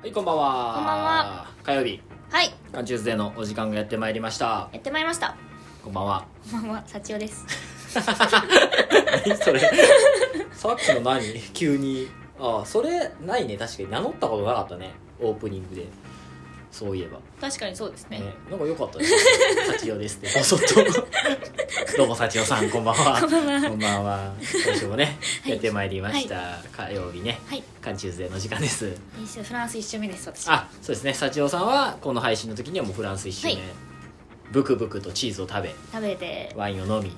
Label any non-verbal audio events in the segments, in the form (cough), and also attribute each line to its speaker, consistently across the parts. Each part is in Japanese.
Speaker 1: はい、こんばんは。
Speaker 2: こんばんは。
Speaker 1: 火曜日、
Speaker 2: はい
Speaker 1: カンチューズデーのお時間がやってまいりました。
Speaker 2: やってまいりました
Speaker 1: こんばんは。
Speaker 2: こんばんは幸代です
Speaker 1: 何 (laughs) それ。さっきの何 (laughs) 急に。ああ、それ、ないね。確かに名乗ったことなかったね。オープニングで。そういえば。
Speaker 2: 確かにそうですね
Speaker 1: ね、なんか良かったです。幸代
Speaker 2: (laughs)
Speaker 1: ですって。ぼそっと。どうも幸代さん、こんばんは。こんばんは。今週もね、やってまいりました。火曜日ね、
Speaker 2: はい
Speaker 1: カンチューズデーの時間です。
Speaker 2: 一緒フランス一周目です私
Speaker 1: あそうですね幸代さんはこの配信の時にはもうフランス一周目、
Speaker 2: はい
Speaker 1: ブクブクとチーズを食べ
Speaker 2: 食べて
Speaker 1: ワインを飲み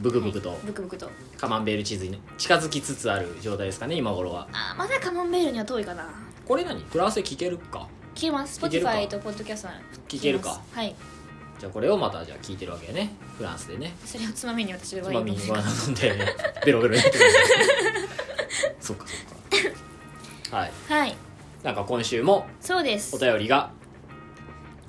Speaker 1: ブクブクと
Speaker 2: はいブクブクと
Speaker 1: カマンベールチーズに近づきつつある状態ですかね今頃は
Speaker 2: あーまだカモンベールには遠いかな
Speaker 1: これ何フランスで聞けるか
Speaker 2: 聞けます
Speaker 1: 聞けるか
Speaker 2: Spotify とポッドキャストなら
Speaker 1: 聞けるか
Speaker 2: ますはい
Speaker 1: じゃあこれをまたじゃあ聞いてるわけねフランスでね
Speaker 2: それをつまみに私
Speaker 1: つ
Speaker 2: は
Speaker 1: ま
Speaker 2: ワイン
Speaker 1: み
Speaker 2: 飲
Speaker 1: に
Speaker 2: んで
Speaker 1: ご
Speaker 2: ま
Speaker 1: 飯
Speaker 2: す
Speaker 1: 飲んで (laughs) ベロベロにってくるそっかそっ
Speaker 2: (laughs)
Speaker 1: かはい
Speaker 2: はい
Speaker 1: なんか今週も
Speaker 2: そうで
Speaker 1: お
Speaker 2: す
Speaker 1: 便りが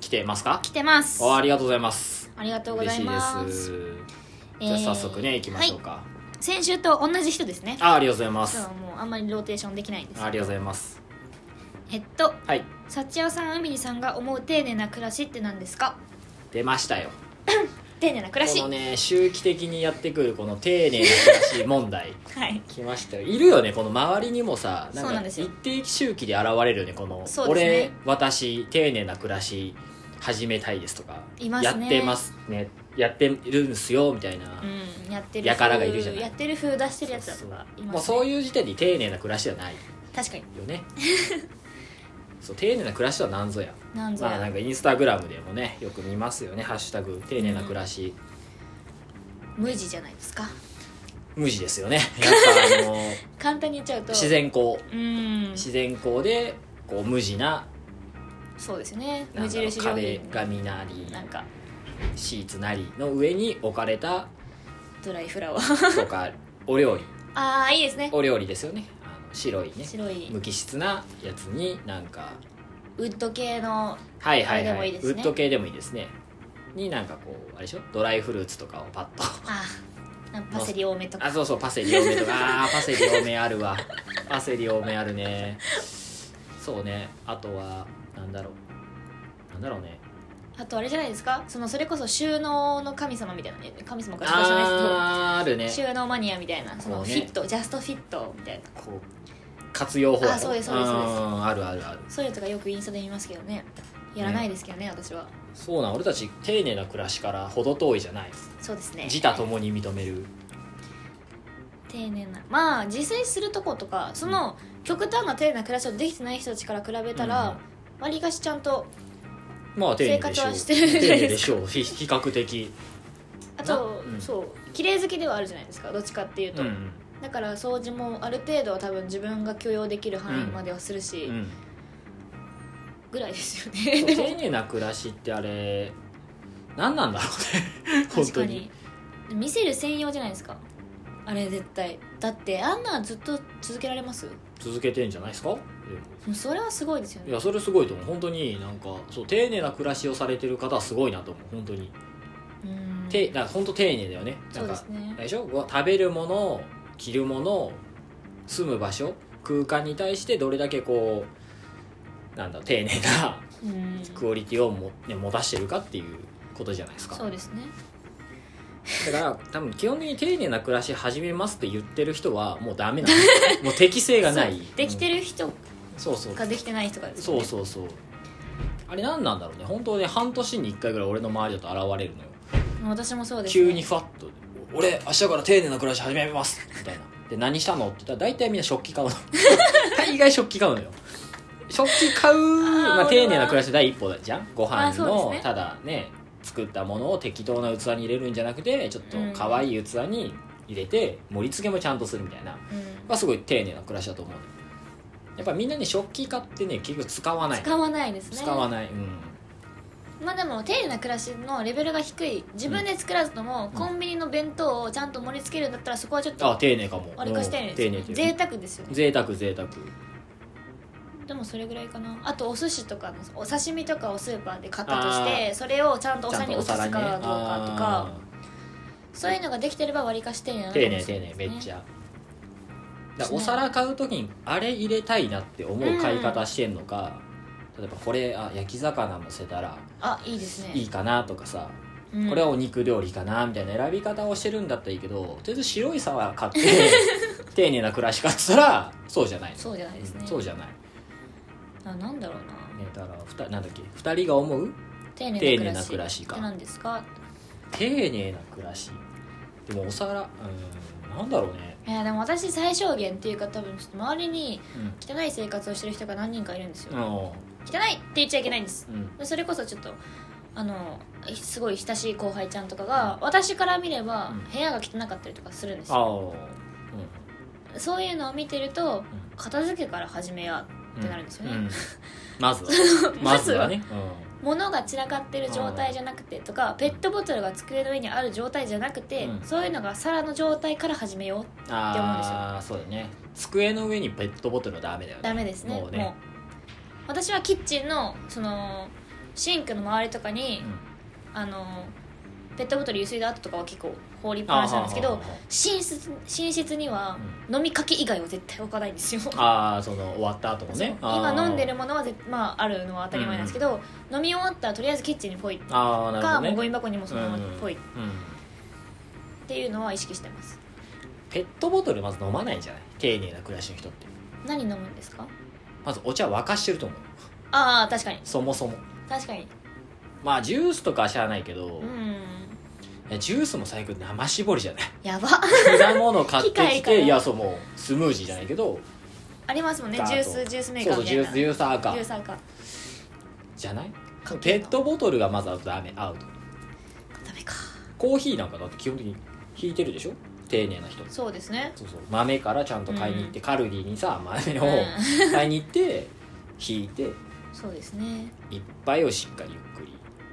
Speaker 1: 来てますか
Speaker 2: 来てます
Speaker 1: おあ
Speaker 2: あ
Speaker 1: りがとうございます
Speaker 2: りがとうございま
Speaker 1: 嬉し
Speaker 2: す
Speaker 1: いですじゃあ早速ね、
Speaker 2: えー
Speaker 1: 行きましょうか、
Speaker 2: 先週と同じ人ですね
Speaker 1: あありがとうございま
Speaker 2: そう
Speaker 1: す
Speaker 2: もうあんまりローテーションできないんです
Speaker 1: ありがとうございます
Speaker 2: えっと
Speaker 1: はい
Speaker 2: 幸代さん海にさんが思う丁寧な暮らしって何ですか
Speaker 1: 出ましたよ
Speaker 2: 丁寧な暮ら
Speaker 1: こ
Speaker 2: し
Speaker 1: のね周期的にやってくるこの丁寧な暮らし問
Speaker 2: (laughs)
Speaker 1: 題
Speaker 2: はい
Speaker 1: 来ましたよいるよねこの周りにもさな
Speaker 2: そうなんん
Speaker 1: か
Speaker 2: ですよ
Speaker 1: 一定周期で現れるよねこの
Speaker 2: そうで
Speaker 1: 俺
Speaker 2: すね
Speaker 1: 私丁寧な暮らし始めたいです」とか
Speaker 2: います
Speaker 1: や
Speaker 2: ね
Speaker 1: ってますねやってるんすよ」みたいな、
Speaker 2: うんやってる
Speaker 1: やからがいるじゃない
Speaker 2: やってる風出してるやつだとかいますね
Speaker 1: もうそういう時点で丁寧な暮らしではない
Speaker 2: 確かに
Speaker 1: よ
Speaker 2: (laughs)
Speaker 1: ねそう丁寧な暮らしとは何ぞや
Speaker 2: なんぞや、
Speaker 1: まあなんかインスタグラムでもねよく見ますよね「ハッシュタグ丁寧な暮らし
Speaker 2: 無地じゃないですか」
Speaker 1: 無地ですよ
Speaker 2: (laughs)
Speaker 1: ねやっぱあの
Speaker 2: 簡単に言っちゃうと
Speaker 1: 自然光
Speaker 2: うん
Speaker 1: 自然光でこう無地な
Speaker 2: そうですね
Speaker 1: な
Speaker 2: 無
Speaker 1: んだろう
Speaker 2: 印良
Speaker 1: 壁
Speaker 2: 品
Speaker 1: 紙なり
Speaker 2: なんか
Speaker 1: シーツなりの上に置かれ
Speaker 2: (laughs)
Speaker 1: た
Speaker 2: ドライフラワー (laughs)
Speaker 1: とかお料理
Speaker 2: ああいいですね
Speaker 1: お料理ですよねあの白いね
Speaker 2: 白い
Speaker 1: 無機質なやつになんか
Speaker 2: ウッド系の
Speaker 1: はいはい
Speaker 2: あれで
Speaker 1: は
Speaker 2: も
Speaker 1: い
Speaker 2: いいです
Speaker 1: ウ
Speaker 2: ね
Speaker 1: ッド系でもいいですねになんかこうあれでしょドライフルーツとかをパッと
Speaker 2: あーなんかパセリ多めとか
Speaker 1: あそうそうパセリ多めとかあーパセリ多めあるわパセリ多めあるねそうねあとはなんだろうなんだろうね
Speaker 2: あとあれじゃないですかそのそれこそ収納の神様みたいなね神様かちょっとじゃないですけど
Speaker 1: あーあるね
Speaker 2: 収納マニアみたいなそ
Speaker 1: こ
Speaker 2: の
Speaker 1: う
Speaker 2: フ
Speaker 1: ね
Speaker 2: ィット、ジャストフィットみたいな
Speaker 1: こう活用方法
Speaker 2: あそうですそうですそうです
Speaker 1: んあるあるある
Speaker 2: そういうのとかよくインスタで見ますけどねやらないですけどね私は
Speaker 1: そうなん俺たち丁寧な暮らしから程遠いじゃない
Speaker 2: そうですね
Speaker 1: 自他ともに認める
Speaker 2: 丁寧なまあ自炊するとことかその極端な丁寧な暮らしをできてない人たちから比べた
Speaker 1: うん
Speaker 2: ら、わりかしちゃんと
Speaker 1: まあ丁寧でし
Speaker 2: 生活
Speaker 1: ょう
Speaker 2: はしてるじゃな
Speaker 1: 丁
Speaker 2: い
Speaker 1: 寧
Speaker 2: で
Speaker 1: でし (laughs) ょうひ比較的
Speaker 2: あと、
Speaker 1: なうん
Speaker 2: そう綺麗好きではあるじゃないですかどっちかっていう
Speaker 1: う
Speaker 2: と、
Speaker 1: ん
Speaker 2: だから掃除もある程度は多分自分が許容できる範囲まではするし、
Speaker 1: うん
Speaker 2: ぐらいですよ
Speaker 1: そ (laughs)
Speaker 2: ね
Speaker 1: う
Speaker 2: でも
Speaker 1: 丁寧な暮らしってあれ何なんだろうね本
Speaker 2: (laughs) 確
Speaker 1: 当
Speaker 2: か
Speaker 1: に
Speaker 2: に見せる専用じゃないですかあれ絶対だってあんなんずっと続けられます
Speaker 1: 続けてんじゃないですかでも
Speaker 2: もうそれはすごいですよ
Speaker 1: い
Speaker 2: ね
Speaker 1: やそれすごいと思う本当になんかそう丁寧な暮らしをされてる方はすごいなと思う本当に、
Speaker 2: うん
Speaker 1: てなんか本当丁寧だよねな
Speaker 2: そ
Speaker 1: ん
Speaker 2: うで
Speaker 1: か
Speaker 2: すね
Speaker 1: あれでしょご食べるもの着るもの住む場所空間に対してどれだけこうなんだろう丁寧な
Speaker 2: うん
Speaker 1: クオリティをも、ね、持たしてるかっていうことじゃないですか
Speaker 2: そうですね
Speaker 1: だから多分基本的に丁寧な暮らし始めますって言ってる人はもうダメなの
Speaker 2: (laughs)
Speaker 1: もう適性がない
Speaker 2: そうできて
Speaker 1: る、
Speaker 2: る人
Speaker 1: うんそうそう
Speaker 2: かできてない人かですよ
Speaker 1: そう
Speaker 2: ね
Speaker 1: そうそうあれ何なんだろうね本当ね半年に1回ぐらい俺の周りだと現れるのよ、
Speaker 2: 私もそうです、ね、
Speaker 1: 急にふわっと「俺明日から丁寧な暮らし始めます」み
Speaker 2: (laughs)
Speaker 1: たいな「で何したの?」って言ったら大体みんな食器買うの大概食器買うのよ食器買う
Speaker 2: ー
Speaker 1: まあ、
Speaker 2: 俺は
Speaker 1: 丁寧な暮らしの第一歩じゃんご
Speaker 2: あ
Speaker 1: 飯
Speaker 2: ーそうです
Speaker 1: の、
Speaker 2: ね
Speaker 1: ただね作ったものを適当な器に入れるんじゃなくてちょっと可愛い器に入れて盛り付けもちゃんとするみたいな
Speaker 2: うん
Speaker 1: まあ、すごい丁寧な暮らしだと思うのよやっぱみんなね食器買ってね結局使わない
Speaker 2: 使わないですね
Speaker 1: 使わない、うん
Speaker 2: まあでも丁寧な暮らしのレベルが低い自分で作らずとも、
Speaker 1: うん
Speaker 2: コンビニの弁当をちゃんと盛り付けるんだったらそこはちょっ
Speaker 1: あ
Speaker 2: と
Speaker 1: 丁寧かも
Speaker 2: わりかし丁寧
Speaker 1: うん
Speaker 2: ですよね
Speaker 1: 丁寧
Speaker 2: 贅
Speaker 1: 贅
Speaker 2: 沢ですよね
Speaker 1: 贅沢贅沢
Speaker 2: でもそれぐらいかなあとお寿司とかのお刺身とかをスーパーで買ったとしてそれをちゃんとお
Speaker 1: ちゃ
Speaker 2: 皿
Speaker 1: んと
Speaker 2: に
Speaker 1: お
Speaker 2: 移すかど
Speaker 1: 皿
Speaker 2: う
Speaker 1: に
Speaker 2: か
Speaker 1: ね
Speaker 2: とかそういうのができてればわりかし丁寧な
Speaker 1: あー
Speaker 2: のかも
Speaker 1: 丁
Speaker 2: しれない
Speaker 1: 寧丁
Speaker 2: ですね
Speaker 1: 寧めっちゃだからお皿買う時にあれ入れたいなって思う買い方してんのか、例えばこれあ焼き魚乗せたら
Speaker 2: あいいですね
Speaker 1: いいかなとかさ、
Speaker 2: うん
Speaker 1: これはお肉料理かなみたいな選び方をしてるんだったらいいけどとりあえず白い皿買って
Speaker 2: (laughs)
Speaker 1: 丁寧な暮らしかっつったらそうじゃないの
Speaker 2: そうじゃないですね
Speaker 1: うんそうじゃない
Speaker 2: あなんだろうな
Speaker 1: ねだからふたなんだっけ2人が思う
Speaker 2: 丁寧
Speaker 1: 丁寧
Speaker 2: な
Speaker 1: な
Speaker 2: 暮
Speaker 1: 暮
Speaker 2: ら
Speaker 1: ら
Speaker 2: し
Speaker 1: し
Speaker 2: っ
Speaker 1: か
Speaker 2: て何ですか
Speaker 1: 丁寧な暮らしでもお皿うんなんだろうね、
Speaker 2: いやでも私最小限っていうか多分ちょっと周りに
Speaker 1: うん
Speaker 2: 汚い生活をしてる人が何人かいるんですよ、
Speaker 1: あの
Speaker 2: 汚いって言っちゃいけないんです
Speaker 1: うん
Speaker 2: それこそちょっとあのすごい親しい後輩ちゃんとかが私から見れば
Speaker 1: うん
Speaker 2: 部屋が汚かったりとかするんです
Speaker 1: あ
Speaker 2: よ、
Speaker 1: ー
Speaker 2: そういうのを見てると片付けから始めや
Speaker 1: うん
Speaker 2: ってなるんですよね
Speaker 1: うま
Speaker 2: (laughs)
Speaker 1: ずはまずはね、
Speaker 2: 物が散らかってる状態じゃなくてとかペットボトルが机の上にある状態じゃなくて、
Speaker 1: うん
Speaker 2: そういうのが皿の状態から始めよう
Speaker 1: うん、ああそうだね机の上にペットボトルはダメだよね
Speaker 2: ダメですね
Speaker 1: も
Speaker 2: も
Speaker 1: う
Speaker 2: う
Speaker 1: ね
Speaker 2: 私はキッチンのそのシンクの周りとかに、あのペットボトルゆすいだ後とかは結構放りっぱなしなんですけ
Speaker 1: あー
Speaker 2: ど
Speaker 1: はーは
Speaker 2: 寝室寝室には飲みかけ以外は絶対置かないんですよ
Speaker 1: ーはーはーあーその終わった後も
Speaker 2: そう
Speaker 1: ねあー
Speaker 2: 今飲んでるものはぜ、まあ、あるのは当たり前なんですけど、飲み終わったらとりあえずキッチンにポイ
Speaker 1: あーなるほ
Speaker 2: か、
Speaker 1: ど、ね、
Speaker 2: もうゴミ箱にもそのまま
Speaker 1: うん
Speaker 2: ポイっ
Speaker 1: うん
Speaker 2: ていうのは意識してます
Speaker 1: ペットボトルまず飲まないんじゃない丁寧な暮らしの人って
Speaker 2: 何飲むんですか
Speaker 1: まずお茶沸かしてると思う
Speaker 2: ああ確かに
Speaker 1: そもそも
Speaker 2: 確かに
Speaker 1: まあジュースとかはしゃあないけど
Speaker 2: う、ん
Speaker 1: えジュースも最近生絞りじゃない
Speaker 2: やば (laughs)
Speaker 1: 果物買って
Speaker 2: 機械
Speaker 1: き
Speaker 2: から
Speaker 1: ていやそうもうスムージーじゃないけど
Speaker 2: ありますもんね
Speaker 1: ガー
Speaker 2: ジ
Speaker 1: ッ
Speaker 2: ュー
Speaker 1: と
Speaker 2: スジュースメー
Speaker 1: そ
Speaker 2: カ
Speaker 1: う
Speaker 2: ー
Speaker 1: そう
Speaker 2: みた
Speaker 1: ジ
Speaker 2: い
Speaker 1: ュ
Speaker 2: な
Speaker 1: ースジューサーか
Speaker 2: ジューサーか
Speaker 1: じゃない
Speaker 2: かけ
Speaker 1: ペ
Speaker 2: るの
Speaker 1: ットボトルがまずダメアウト
Speaker 2: ダメか
Speaker 1: コーヒーなんかだって基本的に引いてるでしょ丁寧な人
Speaker 2: そうですね
Speaker 1: そうそう豆からちゃんと買いに行って、カルディにさ豆
Speaker 2: う
Speaker 1: を
Speaker 2: ん
Speaker 1: 買いに行って引いて
Speaker 2: そうですね
Speaker 1: 一杯をしっかりゆっくり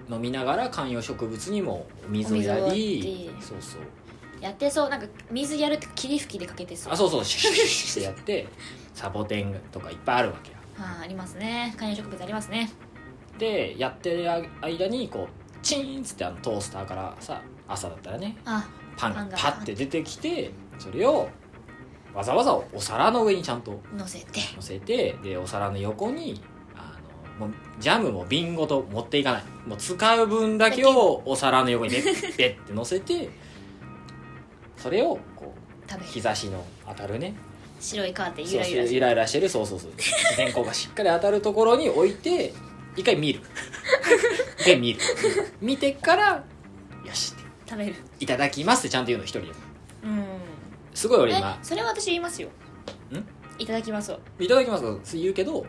Speaker 1: 飲みながら観葉植物にもお水をや
Speaker 2: お水
Speaker 1: り
Speaker 2: をやり
Speaker 1: そうそう
Speaker 2: やってそうなんか水やるって霧吹きでかけてそう
Speaker 1: あそうそうシュッシュッシュッってやってサボテンとかいっぱいあるわけや
Speaker 2: あーありますね観葉植物ありますね
Speaker 1: でやってる間にこうチーンっつってあのトースターからさ朝だったらね
Speaker 2: あ
Speaker 1: パン
Speaker 2: パ
Speaker 1: が
Speaker 2: ンが
Speaker 1: パッて出てきてそれをわざわざお皿の上にちゃんと
Speaker 2: 乗せて
Speaker 1: 乗せてでお皿の横にあのもうジャムも瓶ごと持っていかないもう使う分だけをお皿の横にベ
Speaker 2: (laughs)
Speaker 1: ッベッて乗せてそれをこう
Speaker 2: 食べ
Speaker 1: 日
Speaker 2: る
Speaker 1: 差しの当たるね
Speaker 2: 白いカーテンゆ
Speaker 1: そう
Speaker 2: ら
Speaker 1: そう
Speaker 2: ゆらし
Speaker 1: イ
Speaker 2: て
Speaker 1: ライラしてるそうそうそう電光がしっかり当たるところに置いて一回見るで見る見てからよしって
Speaker 2: 食べる
Speaker 1: いただきますってちゃんと言うの一人で
Speaker 2: うん
Speaker 1: すごい俺
Speaker 2: え
Speaker 1: 今
Speaker 2: それは私言いますよいただきますわ
Speaker 1: いただきますか言うけど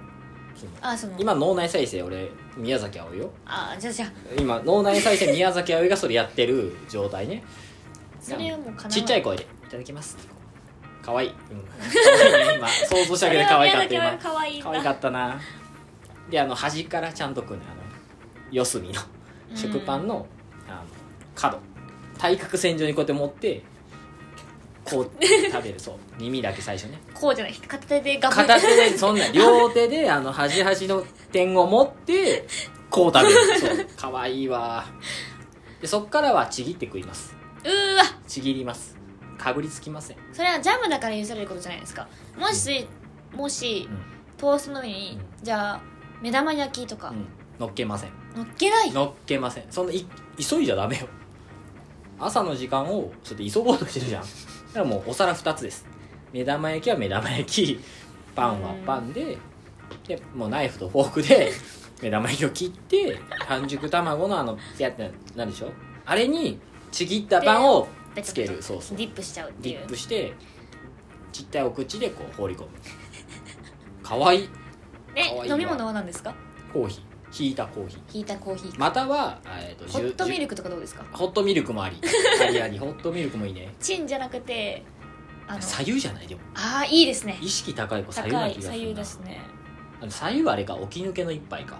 Speaker 1: その
Speaker 2: あその
Speaker 1: 今脳内再生俺宮崎葵よ
Speaker 2: あじゃあじゃあ
Speaker 1: 今脳内再生宮崎葵がそれやってる状態ね
Speaker 2: それはもうかな
Speaker 1: ちっちゃ
Speaker 2: い
Speaker 1: い声で「いただきます」ってこうかわいい、うん、可愛いね今想像しただけで可愛かった今
Speaker 2: 可愛い
Speaker 1: 可愛かったなであの端からちゃんとくんねあの四隅の食パンの,、あの角対角線上にこうやって持ってこう食べるそう耳だけ最初ね
Speaker 2: こうじゃない片手で頑張
Speaker 1: 片
Speaker 2: って
Speaker 1: 手でそんな両手であの端端の点を持ってこう食べるそうかわいいわでそっからはちぎって食います
Speaker 2: うーわ
Speaker 1: ちぎりますかぶりつきません
Speaker 2: それはジャムだから許されることじゃないですかもしもし
Speaker 1: うん
Speaker 2: トーストの上にじゃあ目玉焼きとか
Speaker 1: うん乗っけません
Speaker 2: のっけない
Speaker 1: 乗っけませんそんない急いじゃダメよ朝の時間をちょっと急ごうとしてるじゃんだからもうお皿2つです目玉焼きは目玉焼きパンはパンででもうナイフとフォークで目玉焼きを切って半熟卵のあのピャってなんでしょあれにちぎったパンを
Speaker 2: ペ
Speaker 1: つ
Speaker 2: ト
Speaker 1: け
Speaker 2: ペ
Speaker 1: る
Speaker 2: ト
Speaker 1: そうそう
Speaker 2: ディップしちゃうって
Speaker 1: デ
Speaker 2: い
Speaker 1: ィ
Speaker 2: う
Speaker 1: ップしてちっちゃいお口でこう放り込むかわいい可愛いわ
Speaker 2: で飲み物は何ですか
Speaker 1: コーヒーひいたコーヒー
Speaker 2: ひいたコーヒー
Speaker 1: または、えー、と
Speaker 2: ホット
Speaker 1: ジュ
Speaker 2: ミルクとかどうですか
Speaker 1: ホットミルクもありありありホットミルクもいいね
Speaker 2: チンじゃなくてあの
Speaker 1: 左右じゃないでも
Speaker 2: あーいいですね
Speaker 1: 意識高い子左右
Speaker 2: 高
Speaker 1: ない気がす
Speaker 2: 左右
Speaker 1: る
Speaker 2: で
Speaker 1: な
Speaker 2: すね
Speaker 1: あの左右はあれか起き抜けの一杯か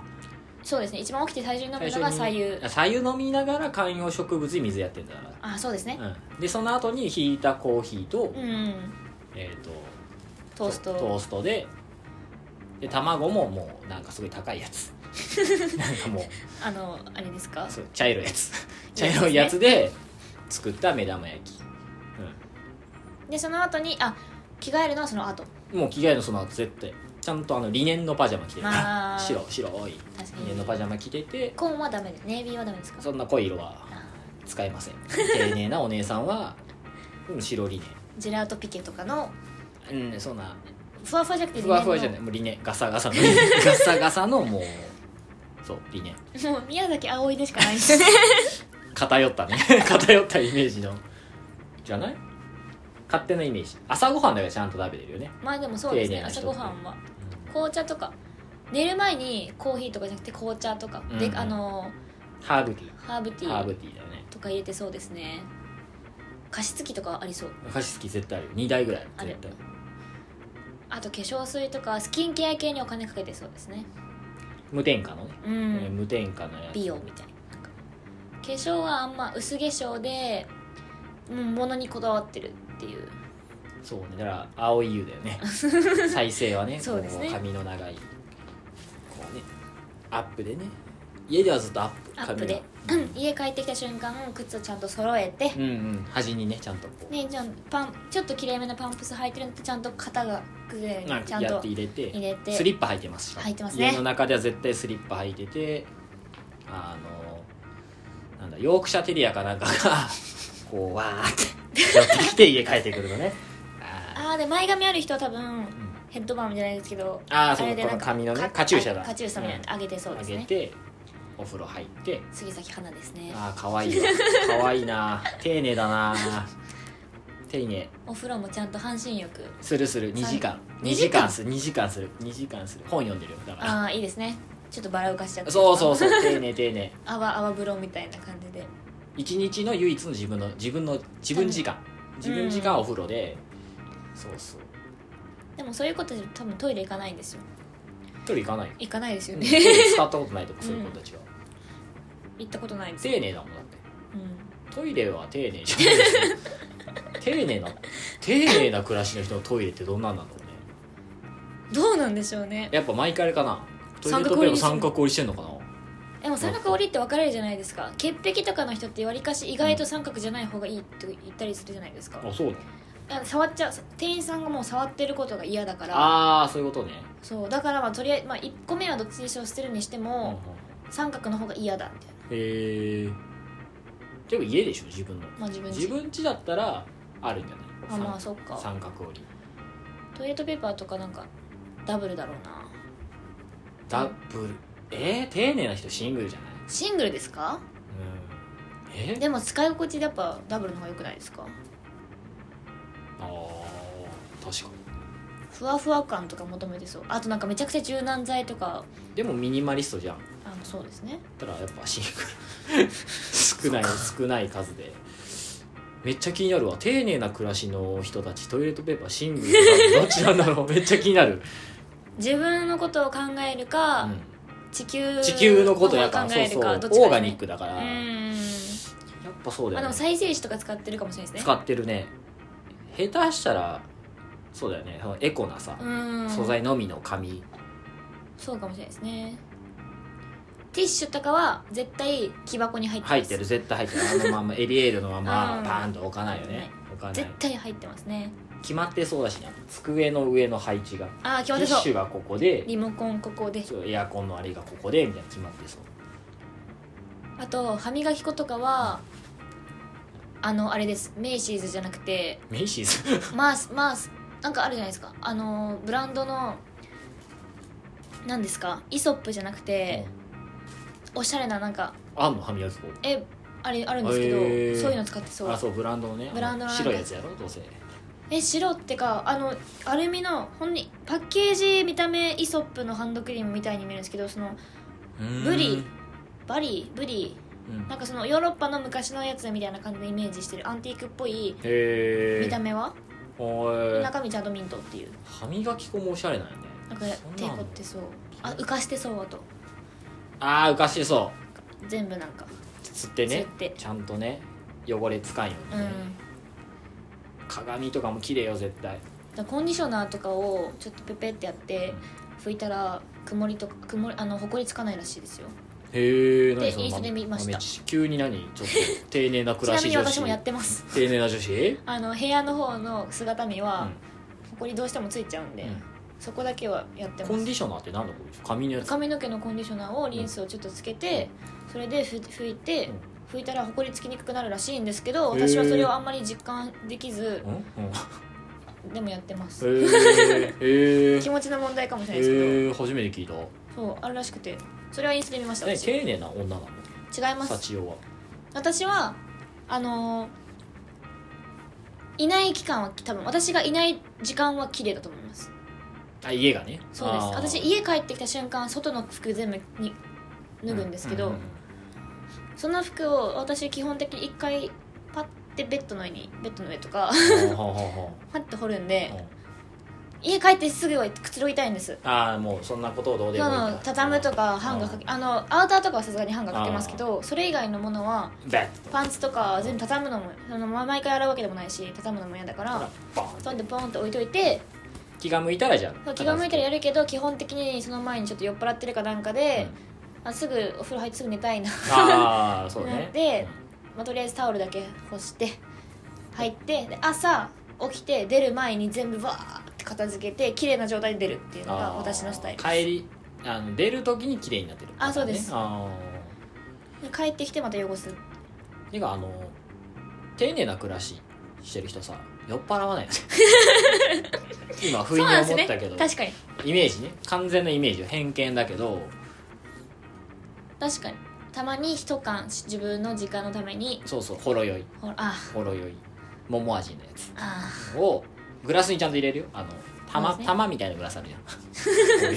Speaker 2: そうですね一番起きて最初に飲むのが左
Speaker 1: 最
Speaker 2: 右
Speaker 1: 初にあ左右飲みながら観葉植物に水やってんだか
Speaker 2: あそうですね
Speaker 1: ら、うん、でその後にひいたコーヒーと,、
Speaker 2: うん、うん、
Speaker 1: えー、と
Speaker 2: トースト
Speaker 1: トーストでで卵ももうなんかすごい高いや
Speaker 2: (laughs)
Speaker 1: つなんかもう
Speaker 2: あのあれですか
Speaker 1: そう茶色いや
Speaker 2: (laughs)
Speaker 1: つ茶色いやつで作った目玉焼き、
Speaker 2: でその後にあ着替えるのはその後
Speaker 1: うん、もう着替えのその後絶対ちゃんとあのリネンのパジャマ着てる
Speaker 2: あー
Speaker 1: 白白い
Speaker 2: 確か
Speaker 1: リネ
Speaker 2: に
Speaker 1: ンのパジャマ着てて
Speaker 2: コーンはダメでネイビーはダメですか
Speaker 1: そんな濃い色は
Speaker 2: あ
Speaker 1: 使えません丁寧なお姉さんは、うん、白リ
Speaker 2: ージェラートピケとかの
Speaker 1: ネンうんそんな
Speaker 2: ふわふわじゃなくて
Speaker 1: ふわふわじゃないもうリネンガサガサの (laughs) ガサガサのもうそうリネン
Speaker 2: いもう宮崎あおいでしかないです
Speaker 1: (laughs) 偏ったね (laughs) 偏ったイメージのじゃない勝手なイメージ朝ごはんだけちゃんと食べてるよね
Speaker 2: まあでもそうです
Speaker 1: 丁寧
Speaker 2: ね
Speaker 1: な人
Speaker 2: 朝ごはんは紅茶とか寝る前にコーヒーとかじゃなくて紅茶とか、
Speaker 1: うん
Speaker 2: で
Speaker 1: うん
Speaker 2: あの
Speaker 1: ハーブティ
Speaker 2: ハーブテ
Speaker 1: ー
Speaker 2: ィ
Speaker 1: ハー
Speaker 2: ー
Speaker 1: ブティーだよね
Speaker 2: とか入れてそうですね加湿器とかありそう
Speaker 1: 菓子好き絶対あるよ2台ぐらいあ
Speaker 2: あ
Speaker 1: る
Speaker 2: る
Speaker 1: 絶対
Speaker 2: あと化粧水とかスキンケア系にお金かけてそうですね
Speaker 1: 無添加のね、
Speaker 2: うん、
Speaker 1: えー無添加のやつ
Speaker 2: 美容みたいななんか化粧はあんま薄化粧でうん物にこだわってるっていう
Speaker 1: そうねだから青い湯だよ
Speaker 2: (laughs)
Speaker 1: ね再生はね
Speaker 2: そうですね
Speaker 1: こ髪の長いこうねアップでね家ではずっとアップ
Speaker 2: アップで
Speaker 1: 髪の
Speaker 2: うん家帰ってきた瞬間靴をちゃんと揃えて、
Speaker 1: うんうん端にねちゃんとこう、
Speaker 2: ねじゃんパンちょっときれいめなパンプス履いてるのとちゃんと肩が崩れな
Speaker 1: ないん
Speaker 2: ちゃ
Speaker 1: か
Speaker 2: ん
Speaker 1: やっ
Speaker 2: と
Speaker 1: て入れて
Speaker 2: 入れて
Speaker 1: スリッパ履いてますしかも
Speaker 2: 履いてますね
Speaker 1: 家の中では絶対スリッパ履いててあのなんだヨークシャテリアかなんか
Speaker 2: (laughs)
Speaker 1: がこうわーって寄ってきて家帰ってくるのねあ
Speaker 2: ああで前髪ある人は多分
Speaker 1: ー、うん
Speaker 2: ヘッドバームじゃないですけど
Speaker 1: あーそう
Speaker 2: れで
Speaker 1: この髪のねカチューシャだ
Speaker 2: カチューシャみたいなの上げてそうです
Speaker 1: 上げ
Speaker 2: ね
Speaker 1: てお風呂入って
Speaker 2: 杉咲花ですね
Speaker 1: ああかわいいわかわいいな丁寧だな丁寧
Speaker 2: お風呂もちゃんと半身浴
Speaker 1: するする2時間
Speaker 2: 二
Speaker 1: 2
Speaker 2: 時
Speaker 1: 時
Speaker 2: 間
Speaker 1: 間する2時間する2時間する本読んでるよだか
Speaker 2: ああいいですねちょっとバラ浮かしちゃって
Speaker 1: らそうそうそう丁寧丁寧
Speaker 2: 泡泡風呂みたいな感じで
Speaker 1: 一日の唯一の自分の自分の自分時間自分時間はお風呂で、そうそう
Speaker 2: でもそういうことで多分トイレ行かないんですよ
Speaker 1: トイレ行かないよ
Speaker 2: 行かないですよ
Speaker 1: うんト
Speaker 2: ね
Speaker 1: イレ使ったことないとかそういう子たちは、
Speaker 2: (laughs) 行ったことないです、
Speaker 1: 丁寧だもんだって
Speaker 2: うん、
Speaker 1: トイレは丁寧じゃないですか丁寧な丁寧な暮らしの人のトイレってどんなんなんだろうね
Speaker 2: どうなんでしょうね
Speaker 1: やっぱ毎回あれかなトイレッ
Speaker 2: 三
Speaker 1: ト
Speaker 2: 角
Speaker 1: ペーパ
Speaker 2: 折
Speaker 1: ー
Speaker 2: り
Speaker 1: 三角折りしてんのかな
Speaker 2: でも三角折りって分かれるじゃないですか潔癖とかの人ってわりかし意外と三角じゃない方がいいって言ったりするじゃないですか
Speaker 1: あそうね
Speaker 2: あ触っちゃう店員さんがもう触ってることが嫌だから
Speaker 1: ああそういうことね
Speaker 2: そうだからまあとりあえず、まあ、1個目はどっちにしろ捨てるにして
Speaker 1: うんうん
Speaker 2: も、三角の方が嫌だみたいな
Speaker 1: へえでも家でしょ自分の
Speaker 2: まあ自分
Speaker 1: 自分家だったらあるんじゃない
Speaker 2: あま
Speaker 1: 三
Speaker 2: あそっか
Speaker 1: 三角折り
Speaker 2: トイレットペーパーとかなんかダブルだろうな
Speaker 1: ダブルえー、丁寧な人シングルじゃない
Speaker 2: シングルですか
Speaker 1: うんえ
Speaker 2: でも使い心地やっぱダブルの方が良くないですか
Speaker 1: あー確か
Speaker 2: ふわふわ感とか求めてそうあとなんかめちゃくちゃ柔軟剤とか
Speaker 1: にでもミニマリストじゃんだ
Speaker 2: あのそうですね
Speaker 1: ったらやっぱシングル少ない少ない数でめっちゃ気になるわ丁寧な暮らしの人たちトイレットペーパーシング
Speaker 2: (laughs)
Speaker 1: ルかどっちなんだろうめっちゃ気になる、
Speaker 2: 自分のことを考えるか、
Speaker 1: うん
Speaker 2: 地球
Speaker 1: 地球のことやから
Speaker 2: 考
Speaker 1: そう
Speaker 2: え
Speaker 1: そう
Speaker 2: る
Speaker 1: オ
Speaker 2: か
Speaker 1: ーガニック
Speaker 2: だ
Speaker 1: だか
Speaker 2: からう
Speaker 1: やっ
Speaker 2: ん
Speaker 1: ぱそうだ
Speaker 2: あで
Speaker 1: よ
Speaker 2: も
Speaker 1: ね
Speaker 2: 再生紙とか使ってるかもしれないですね
Speaker 1: 使ってるね下手したらそうだよねそのエコなさ、
Speaker 2: うん
Speaker 1: 素材のみの紙
Speaker 2: そうかもしれないですねティッシュとかは絶対木箱に入ってます
Speaker 1: 入ってる絶対入ってるあのままエリエールのまま
Speaker 2: うん
Speaker 1: パーンと置かないよね置かない
Speaker 2: 絶対入ってますね
Speaker 1: 決まってそうだしな机の上の配置が
Speaker 2: ああ
Speaker 1: テ
Speaker 2: 決
Speaker 1: ィッ
Speaker 2: まってそう
Speaker 1: シュがここで
Speaker 2: リモコンここで
Speaker 1: そうエアコンのあれがここでみたいな決まってそう
Speaker 2: あと歯磨き粉とかはあのあれですメイシーズじゃなくて
Speaker 1: メイシーズ
Speaker 2: マースマースなんかあるじゃないですかあのブランドの何ですかイソップじゃなくて、おしゃれななんか
Speaker 1: あんの歯磨き粉
Speaker 2: えあれあるんですけど、
Speaker 1: へー
Speaker 2: そういうの使ってそう
Speaker 1: あそうブランドのね
Speaker 2: ブランドのなんか
Speaker 1: 白いやつやろどうせ
Speaker 2: え白ってかあのアルミのほんにパッケージ見た目イソップのハンドクリームみたいに見えるんですけどそのブリバリブリ
Speaker 1: うん
Speaker 2: なんかそのヨーロッパの昔のやつみたいな感じでイメージしてるアンティークっぽい
Speaker 1: へえ
Speaker 2: 見た目は、
Speaker 1: おー
Speaker 2: 中身ちゃんとミントっていう
Speaker 1: 歯磨き粉もおしゃれなんよね
Speaker 2: なんか
Speaker 1: そん
Speaker 2: 手
Speaker 1: な
Speaker 2: 凝
Speaker 1: ん
Speaker 2: ってそうあ浮かしてそうあと
Speaker 1: ああ浮かしてそ
Speaker 2: 全部なんか
Speaker 1: うつって
Speaker 2: 吸
Speaker 1: ね
Speaker 2: って、
Speaker 1: ちゃんとね汚れつかんよう
Speaker 2: う
Speaker 1: に
Speaker 2: ん
Speaker 1: ね、鏡とかも綺麗よ絶対
Speaker 2: だからコンディショナーとかをちょっとペペってやって拭いたら曇りとか曇りあのほこりつかないらしいですよ
Speaker 1: へえ何
Speaker 2: で
Speaker 1: その
Speaker 2: インスタで見ました
Speaker 1: めっちゃ急に何ちょっ
Speaker 2: (laughs)
Speaker 1: と丁寧な
Speaker 2: ち
Speaker 1: 暮ら
Speaker 2: なみ
Speaker 1: し
Speaker 2: に
Speaker 1: 女
Speaker 2: 私
Speaker 1: 子
Speaker 2: もやってます
Speaker 1: 丁寧な女子
Speaker 2: あの部屋の方の姿見
Speaker 1: う
Speaker 2: は
Speaker 1: ん、
Speaker 2: ほこりどうしてもついちゃうんで、
Speaker 1: うん
Speaker 2: そこだけはやってま
Speaker 1: コン
Speaker 2: す
Speaker 1: ディショナーって何だこれ髪のやつ
Speaker 2: 髪の毛のコンディショナーをリンスをちょっとつけて、それでふ拭いて、
Speaker 1: うん
Speaker 2: 拭いたらほこりつきにくくなるらしいんですけど
Speaker 1: へー
Speaker 2: 私はそれをあんまり実感できず
Speaker 1: うんうんへ
Speaker 2: でもやって (laughs) ます
Speaker 1: えへえ
Speaker 2: 気持ちの問題かもしれないですけ
Speaker 1: へえ初めて聞いた
Speaker 2: どそうあるらしくてそれはインスタで見ました
Speaker 1: え
Speaker 2: 私違い
Speaker 1: 丁寧な女な
Speaker 2: ま
Speaker 1: の
Speaker 2: す
Speaker 1: 幸代は
Speaker 2: 私はあのーいない期間は多分私がいない時間は綺麗だと思います
Speaker 1: あ家がね
Speaker 2: そうです
Speaker 1: あー
Speaker 2: 私家帰ってきた瞬間外の服全部に脱ぐんですけど、
Speaker 1: うう
Speaker 2: その服を私基本的に一回パッてベッドの上にベッドの上と
Speaker 1: (laughs)
Speaker 2: か
Speaker 1: うんはあはあは
Speaker 2: パッて掘るん
Speaker 1: あ
Speaker 2: で
Speaker 1: うん
Speaker 2: 家帰ってすぐはくつろぎたいんです
Speaker 1: ああもうそんなことをどうで
Speaker 2: そ
Speaker 1: もいいか
Speaker 2: の
Speaker 1: ら
Speaker 2: 畳むとかハンガーかけあのアウターとかはさすがにハンガーかけますけどそれ以外のものは
Speaker 1: ベッド
Speaker 2: パンツとか全部畳むのもその毎回洗うわけでもないし畳むのも嫌だから
Speaker 1: バーン
Speaker 2: そんでポンと置いといて
Speaker 1: 気が向いたらじゃあ
Speaker 2: 気が向いたらや
Speaker 1: る
Speaker 2: るけど基本的にその前にちょっと酔っ払ってるかなんかで、あすぐお風呂入ってすぐ寝たいな
Speaker 1: ああそうね
Speaker 2: で、まあ、とりあえずタオルだけ干して入ってで朝起きて出る前に全部わーって片付けて綺麗な状態で出るっていうのが
Speaker 1: あー
Speaker 2: 私のスタイル
Speaker 1: 帰りあの出る時に綺麗になってる
Speaker 2: あそうです
Speaker 1: あ
Speaker 2: で帰ってきてまた汚す
Speaker 1: あてかあの丁寧な暮らししてる人さ酔っ払わないよね
Speaker 2: (laughs)
Speaker 1: 今不
Speaker 2: そう
Speaker 1: 意に
Speaker 2: なんです
Speaker 1: 思
Speaker 2: ね
Speaker 1: ったけど、
Speaker 2: 確かに
Speaker 1: イメージね完全なイメージよ偏見だけど
Speaker 2: 確かにたまに一缶自分の時間のために
Speaker 1: そうそうほろ酔い
Speaker 2: ほらあ
Speaker 1: ほろ酔い桃味のやつ
Speaker 2: あ
Speaker 1: をグラスにちゃんと入れるよあの
Speaker 2: そう
Speaker 1: 玉,、
Speaker 2: ですね
Speaker 1: 玉みたいなグラスあるじ
Speaker 2: (laughs)
Speaker 1: ゃんこういう